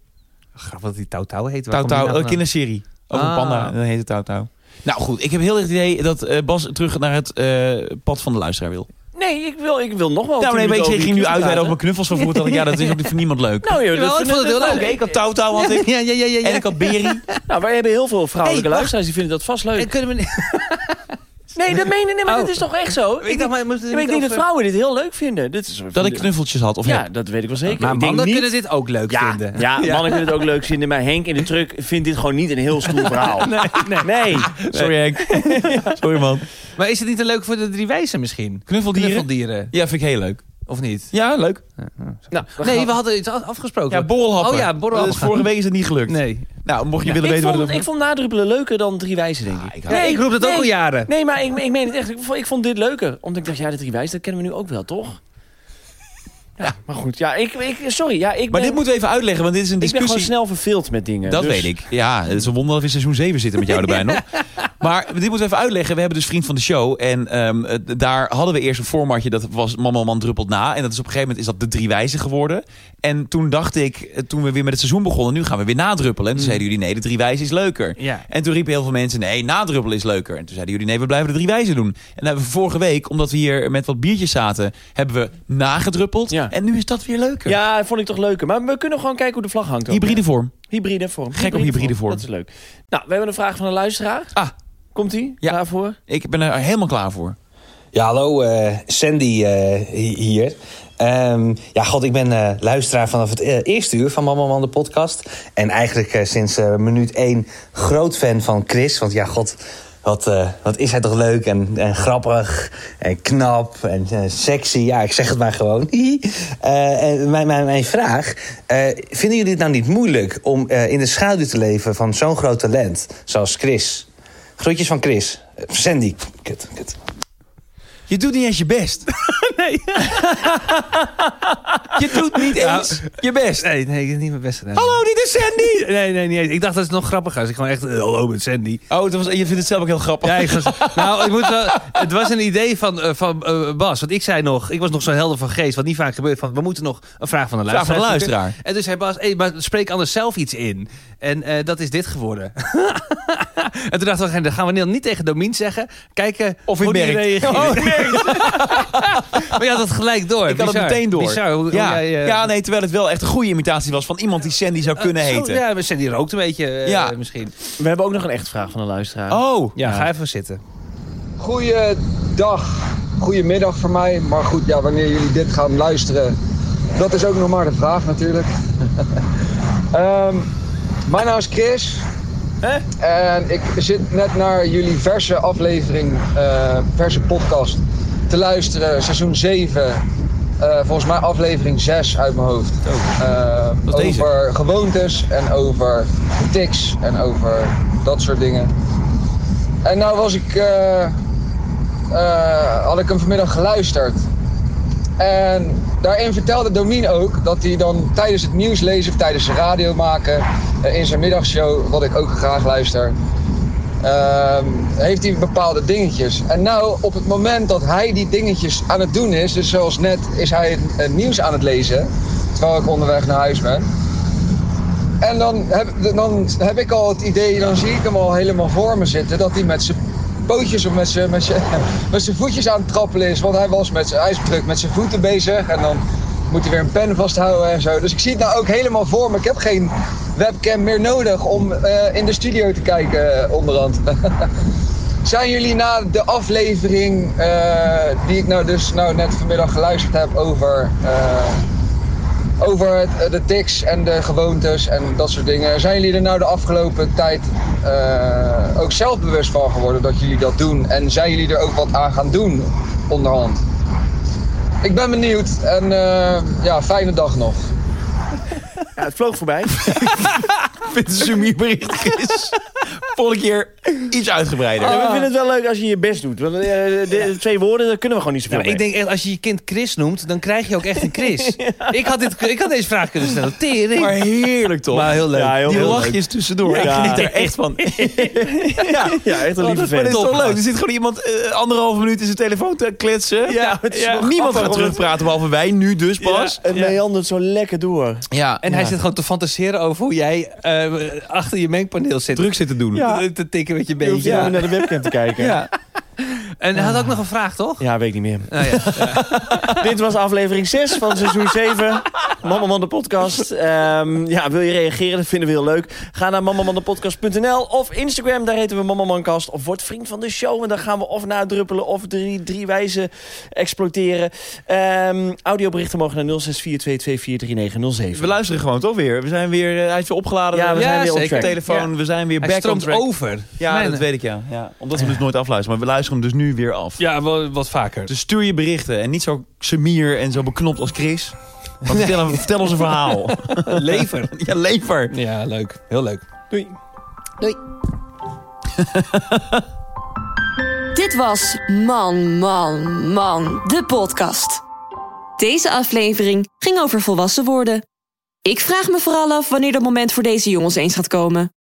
[SPEAKER 2] Grappig dat die Tau Tau heet. Waar
[SPEAKER 1] Tau
[SPEAKER 2] komt die
[SPEAKER 1] Tau,
[SPEAKER 2] nou
[SPEAKER 1] eh, kinderserie. Over een
[SPEAKER 2] Ah.
[SPEAKER 1] panda. En dat heette Tau Tau. Nou goed, ik heb heel erg het idee dat eh, Bas terug naar het eh, pad van de luisteraar wil.
[SPEAKER 3] Nee, ik wil, ik wil nog wel.
[SPEAKER 1] Nou,
[SPEAKER 3] tien
[SPEAKER 1] nee, maar ik
[SPEAKER 3] minuten
[SPEAKER 1] ging nu
[SPEAKER 3] over die
[SPEAKER 1] uitweiden over
[SPEAKER 3] knuffel
[SPEAKER 1] mijn knuffels van vroeger. Dat ik, ja, dat is ook voor niemand leuk.
[SPEAKER 3] praten. Nou, joh,
[SPEAKER 2] Jawel,
[SPEAKER 3] dat
[SPEAKER 2] ik vond het heel leuk.
[SPEAKER 1] Oké, ik had Tautau had ik.
[SPEAKER 2] vandaan? Ja, ja, ja, ja. ja.
[SPEAKER 1] En ik had Berry.
[SPEAKER 3] Nou, wij hebben heel veel vrouwelijke
[SPEAKER 2] Hey, wacht.
[SPEAKER 3] luisteraars die vinden dat vast leuk.
[SPEAKER 2] En kunnen we niet...
[SPEAKER 3] nee, dat meen ik niet, maar
[SPEAKER 2] Oh.
[SPEAKER 3] dat is toch echt zo? Ik,
[SPEAKER 2] Ik dacht,
[SPEAKER 3] denk-
[SPEAKER 2] maar moesten we
[SPEAKER 3] ja, maar ik
[SPEAKER 2] niet
[SPEAKER 3] denk dat
[SPEAKER 2] over-
[SPEAKER 3] vrouwen dit heel leuk vinden. Dit is
[SPEAKER 1] Dat ik knuffeltjes had. Of
[SPEAKER 3] Ja,
[SPEAKER 1] heb.
[SPEAKER 3] dat weet ik wel zeker.
[SPEAKER 2] Maar
[SPEAKER 3] ik denk
[SPEAKER 2] mannen
[SPEAKER 3] niet...
[SPEAKER 2] kunnen dit ook leuk
[SPEAKER 3] ja,
[SPEAKER 2] vinden.
[SPEAKER 3] Ja, mannen kunnen het ook leuk vinden, maar Henk in de truck vindt dit gewoon niet een heel stoer verhaal. Nee, nee. Nou,
[SPEAKER 1] Sorry Henk. Sorry man.
[SPEAKER 2] Maar is het niet te leuk voor de drie wijzen misschien?
[SPEAKER 1] Knuffeldieren?
[SPEAKER 2] Knuffeldieren,
[SPEAKER 1] Ja, vind ik heel leuk.
[SPEAKER 2] of niet?
[SPEAKER 1] Ja, leuk.
[SPEAKER 3] Nou,
[SPEAKER 2] Nee, we hadden iets af- afgesproken.
[SPEAKER 1] Ja, borrelhappen.
[SPEAKER 2] Oh ja, borrelhappen.
[SPEAKER 1] Dus vorige week is het niet gelukt.
[SPEAKER 2] Nee.
[SPEAKER 1] Nou, mocht je willen
[SPEAKER 3] ik,
[SPEAKER 1] weten
[SPEAKER 3] vond,
[SPEAKER 1] wat
[SPEAKER 3] ik
[SPEAKER 1] het
[SPEAKER 3] vond nadruppelen leuker dan drie wijzen, denk ik.
[SPEAKER 2] Ja, ik roep dat ook al jaren.
[SPEAKER 3] Nee, maar ik, ik meen het echt. Ik vond, ik vond dit leuker. Omdat ik dacht, ja, de drie wijzen, dat kennen we nu ook wel, toch? Ja, maar goed. Ja, ik, ik, sorry. Ja, ik
[SPEAKER 1] Maar
[SPEAKER 3] ben,
[SPEAKER 1] dit moeten we even uitleggen, want dit is een
[SPEAKER 3] ik ben gewoon
[SPEAKER 1] discussie.
[SPEAKER 3] snel verveeld met dingen.
[SPEAKER 1] Dat
[SPEAKER 3] dus-
[SPEAKER 1] weet ik. Ja, het is een wonder dat we in seizoen 7 zitten met jou erbij nog. Maar dit moeten we even uitleggen. We hebben dus Vriend van de Show. En ehm, eh, daar hadden we eerst een formatje. Dat was Mama Man druppelt na. En dat is op een gegeven moment is dat de drie wijzen geworden. En toen dacht ik, eh, toen we weer met het seizoen begonnen. Nu gaan we weer nadruppelen. En toen
[SPEAKER 3] Mm.
[SPEAKER 1] zeiden jullie, nee, de drie wijzen is leuker.
[SPEAKER 2] Ja.
[SPEAKER 1] En toen riepen heel veel mensen, nee, nadruppelen is leuker. En toen zeiden jullie, nee, we blijven de drie wijzen doen. En dan hebben we vorige week, omdat we hier met wat biertjes zaten... hebben we nagedruppeld.
[SPEAKER 3] Ja.
[SPEAKER 1] En nu is dat weer leuker.
[SPEAKER 3] Ja, vond ik toch leuker. Maar we kunnen gewoon kijken hoe de vlag hangt. ook.
[SPEAKER 1] Hybride vorm.
[SPEAKER 3] Hybride vorm.
[SPEAKER 1] Gek op hybride vorm.
[SPEAKER 3] Dat is leuk. Nou, we hebben een vraag van een luisteraar.
[SPEAKER 1] Ah,
[SPEAKER 3] Komt die?
[SPEAKER 1] Ja.
[SPEAKER 3] Daarvoor?
[SPEAKER 1] ik ben er helemaal klaar voor.
[SPEAKER 7] Ja, hallo, eh, Sandy eh, hi- hier. Ehm, ja, god, ik ben eh, luisteraar vanaf het eh, eerste uur van Mama Man de podcast. En eigenlijk eh, sinds eh, minuut één groot fan van Chris. Want ja, god, wat, eh, wat is hij toch leuk en, en grappig en knap en eh, sexy. Ja, ik zeg het maar gewoon. Eh, en mijn, mijn, mijn vraag, eh, vinden jullie het nou niet moeilijk om eh, in de schaduw te leven van zo'n groot talent zoals Chris? Groetjes van Chris. Eh, Sandy. Kut, kut.
[SPEAKER 1] Je doet niet eens je best. nee. je doet niet eens je best.
[SPEAKER 2] Nee, nee, ik heb niet mijn best gedaan.
[SPEAKER 1] Hallo, dit is Sandy.
[SPEAKER 2] Oh! Nee, nee, niet eens. Ik dacht dat is nog grappiger. Als ik gewoon echt, eh, hallo met Sandy.
[SPEAKER 1] Oh, dat was, je vindt het zelf ook heel grappig.
[SPEAKER 2] Ja, ik was- nou, ik moet wel, het was een idee van, eh, van eh, Bas. Want ik zei nog, ik was nog zo helder van geest, wat niet vaak gebeurt. Van, we moeten nog een vraag van de
[SPEAKER 1] Vraag
[SPEAKER 2] luisteraar.
[SPEAKER 1] van de
[SPEAKER 2] zoeken.
[SPEAKER 1] luisteraar.
[SPEAKER 2] En dus zei Bas, hey, maar spreek anders zelf iets in. En eh, dat is dit geworden. en toen dachten we, dan gaan we niet tegen Domien zeggen. Kijken
[SPEAKER 1] Of in
[SPEAKER 2] hoe die
[SPEAKER 1] merk.
[SPEAKER 2] reageert. maar je had het gelijk door.
[SPEAKER 1] Ik had het
[SPEAKER 2] Bizar.
[SPEAKER 1] meteen door.
[SPEAKER 2] Bizar, hoe- hoe
[SPEAKER 1] oh, ja. Eh,
[SPEAKER 2] jij, eh,
[SPEAKER 1] ja, nee, terwijl het wel echt een goede imitatie was van iemand die Sandy zou kunnen
[SPEAKER 2] zo-
[SPEAKER 1] heten.
[SPEAKER 2] Ja, maar Sandy rookt een beetje eh,
[SPEAKER 1] Ja.
[SPEAKER 2] misschien.
[SPEAKER 3] We hebben ook nog een echte vraag van een luisteraar.
[SPEAKER 1] Oh,
[SPEAKER 2] Ja, ga even zitten.
[SPEAKER 8] Goeiedag, goedemiddag voor mij. Maar goed, ja, wanneer jullie dit gaan luisteren, dat is ook nog maar de vraag natuurlijk. Ehm, mijn naam is Chris. En ik zit net naar jullie verse aflevering, eh, verse podcast, te luisteren. Seizoen 7, eh, volgens mij aflevering 6 uit mijn hoofd. Eh,
[SPEAKER 1] Oh, dat is deze.
[SPEAKER 8] over gewoontes en over tics en over dat soort dingen. En nou was ik, eh, eh, had ik hem vanmiddag geluisterd. En daarin vertelde Domien ook dat hij dan tijdens het nieuws lezen of tijdens de radio maken eh, in zijn middagshow, wat ik ook graag luister, ehm, heeft hij bepaalde dingetjes. En nou, op het moment dat hij die dingetjes aan het doen is, dus zoals net is hij het, het nieuws aan het lezen, terwijl ik onderweg naar huis ben. En dan heb, dan heb ik al het idee, dan zie ik hem al helemaal voor me zitten, dat hij met zijn pootjes of met zijn, met zijn, met zijn voetjes aan het trappelen is. Want hij was met zijn, hij is druk met zijn voeten bezig en dan moet hij weer een pen vasthouden en zo. Dus ik zie het nou ook helemaal voor me. Ik heb geen webcam meer nodig om eh, in de studio te kijken eh, onderhand. Zijn jullie na de aflevering eh, die ik nou dus nou net vanmiddag geluisterd heb over... eh, over het- de tics en de gewoontes en dat soort dingen. Zijn jullie er nou de afgelopen tijd eh, ook zelf bewust van geworden dat jullie dat doen? En zijn jullie er ook wat aan gaan doen onderhand? Ik ben benieuwd en eh, ja, fijne dag nog.
[SPEAKER 3] Ja, het vloog voorbij.
[SPEAKER 1] vindt het een sumierbericht, Chris. Volgende keer iets uitgebreider.
[SPEAKER 3] Ja, we vinden het wel leuk als je je best doet. Want eh, de, de twee woorden, daar kunnen we gewoon niet
[SPEAKER 2] Ja,
[SPEAKER 3] zoveel
[SPEAKER 2] maar ik
[SPEAKER 3] mee.
[SPEAKER 2] denk echt, als je je kind Chris noemt, dan krijg je ook echt een Chris. ik, had dit, ik had deze vraag kunnen stellen. Tering.
[SPEAKER 1] Maar heerlijk toch?
[SPEAKER 2] Maar heel leuk.
[SPEAKER 3] Ja, heel
[SPEAKER 1] Die
[SPEAKER 3] leuk.
[SPEAKER 1] lachjes tussendoor.
[SPEAKER 3] Ja.
[SPEAKER 1] Ik geniet er echt van. ja.
[SPEAKER 3] Ja, echt een
[SPEAKER 1] Maar
[SPEAKER 3] lieve
[SPEAKER 1] Oh, dat maar
[SPEAKER 3] vent.
[SPEAKER 1] dat is
[SPEAKER 3] Top.
[SPEAKER 1] toch leuk? Er zit gewoon iemand eh, anderhalve minuut in zijn telefoon te kletsen.
[SPEAKER 3] Ja, het is nog
[SPEAKER 1] Niemand gaat
[SPEAKER 3] grappig,
[SPEAKER 1] terugpraten, behalve wij nu dus pas.
[SPEAKER 3] Ja, het meandert zo lekker door.
[SPEAKER 1] Ja,
[SPEAKER 2] En hij zit gewoon te fantaseren over hoe jij eh, achter je mengpaneel zit.
[SPEAKER 1] druk zitten doen.
[SPEAKER 3] Ja.
[SPEAKER 2] Te tikken met je
[SPEAKER 3] Je hoeft
[SPEAKER 2] beentje.
[SPEAKER 3] niet meer naar de webcam te kijken. Ja,
[SPEAKER 2] En hij had ook nog een vraag, toch?
[SPEAKER 3] weet ik niet meer.
[SPEAKER 2] Nou ja.
[SPEAKER 3] Dit was aflevering 6 van seizoen 7. Mama Man de podcast. Ehm, ja, wil je reageren? Dat vinden we heel leuk. Ga naar mamamandepodcast.nl of Instagram. Daar heten we Mamamancast. Of word vriend van de show. En dan gaan we of nadruppelen of drie, drie wijzen exploiteren. Ehm, audioberichten mogen naar 0642243907.
[SPEAKER 1] We luisteren gewoon toch weer. We zijn weer, eh, hij is weer opgeladen.
[SPEAKER 3] Ja, we
[SPEAKER 1] op
[SPEAKER 3] zijn
[SPEAKER 2] Ja,
[SPEAKER 3] weer op
[SPEAKER 2] zeker.
[SPEAKER 1] de
[SPEAKER 3] track.
[SPEAKER 1] telefoon. We zijn weer
[SPEAKER 2] Hij
[SPEAKER 1] back on
[SPEAKER 2] stroomt
[SPEAKER 1] track.
[SPEAKER 2] over.
[SPEAKER 1] Ja,
[SPEAKER 2] Nee,
[SPEAKER 1] dat
[SPEAKER 2] nee.
[SPEAKER 1] weet ik ja. ja. Omdat we hem dus nooit afluisteren. Maar we luisteren hem dus nu weer af.
[SPEAKER 2] Ja, wel- wat vaker.
[SPEAKER 1] Dus stuur je berichten. En niet zo semier en zo beknopt als Chris. Maar vertel, vertel ons een verhaal.
[SPEAKER 2] lever.
[SPEAKER 1] ja, lever.
[SPEAKER 2] Ja, leuk. Heel leuk.
[SPEAKER 4] Dit was Man, Man, Man, de podcast. Deze aflevering ging over volwassen worden. Ik vraag me vooral af wanneer dat moment voor deze jongens eens gaat komen.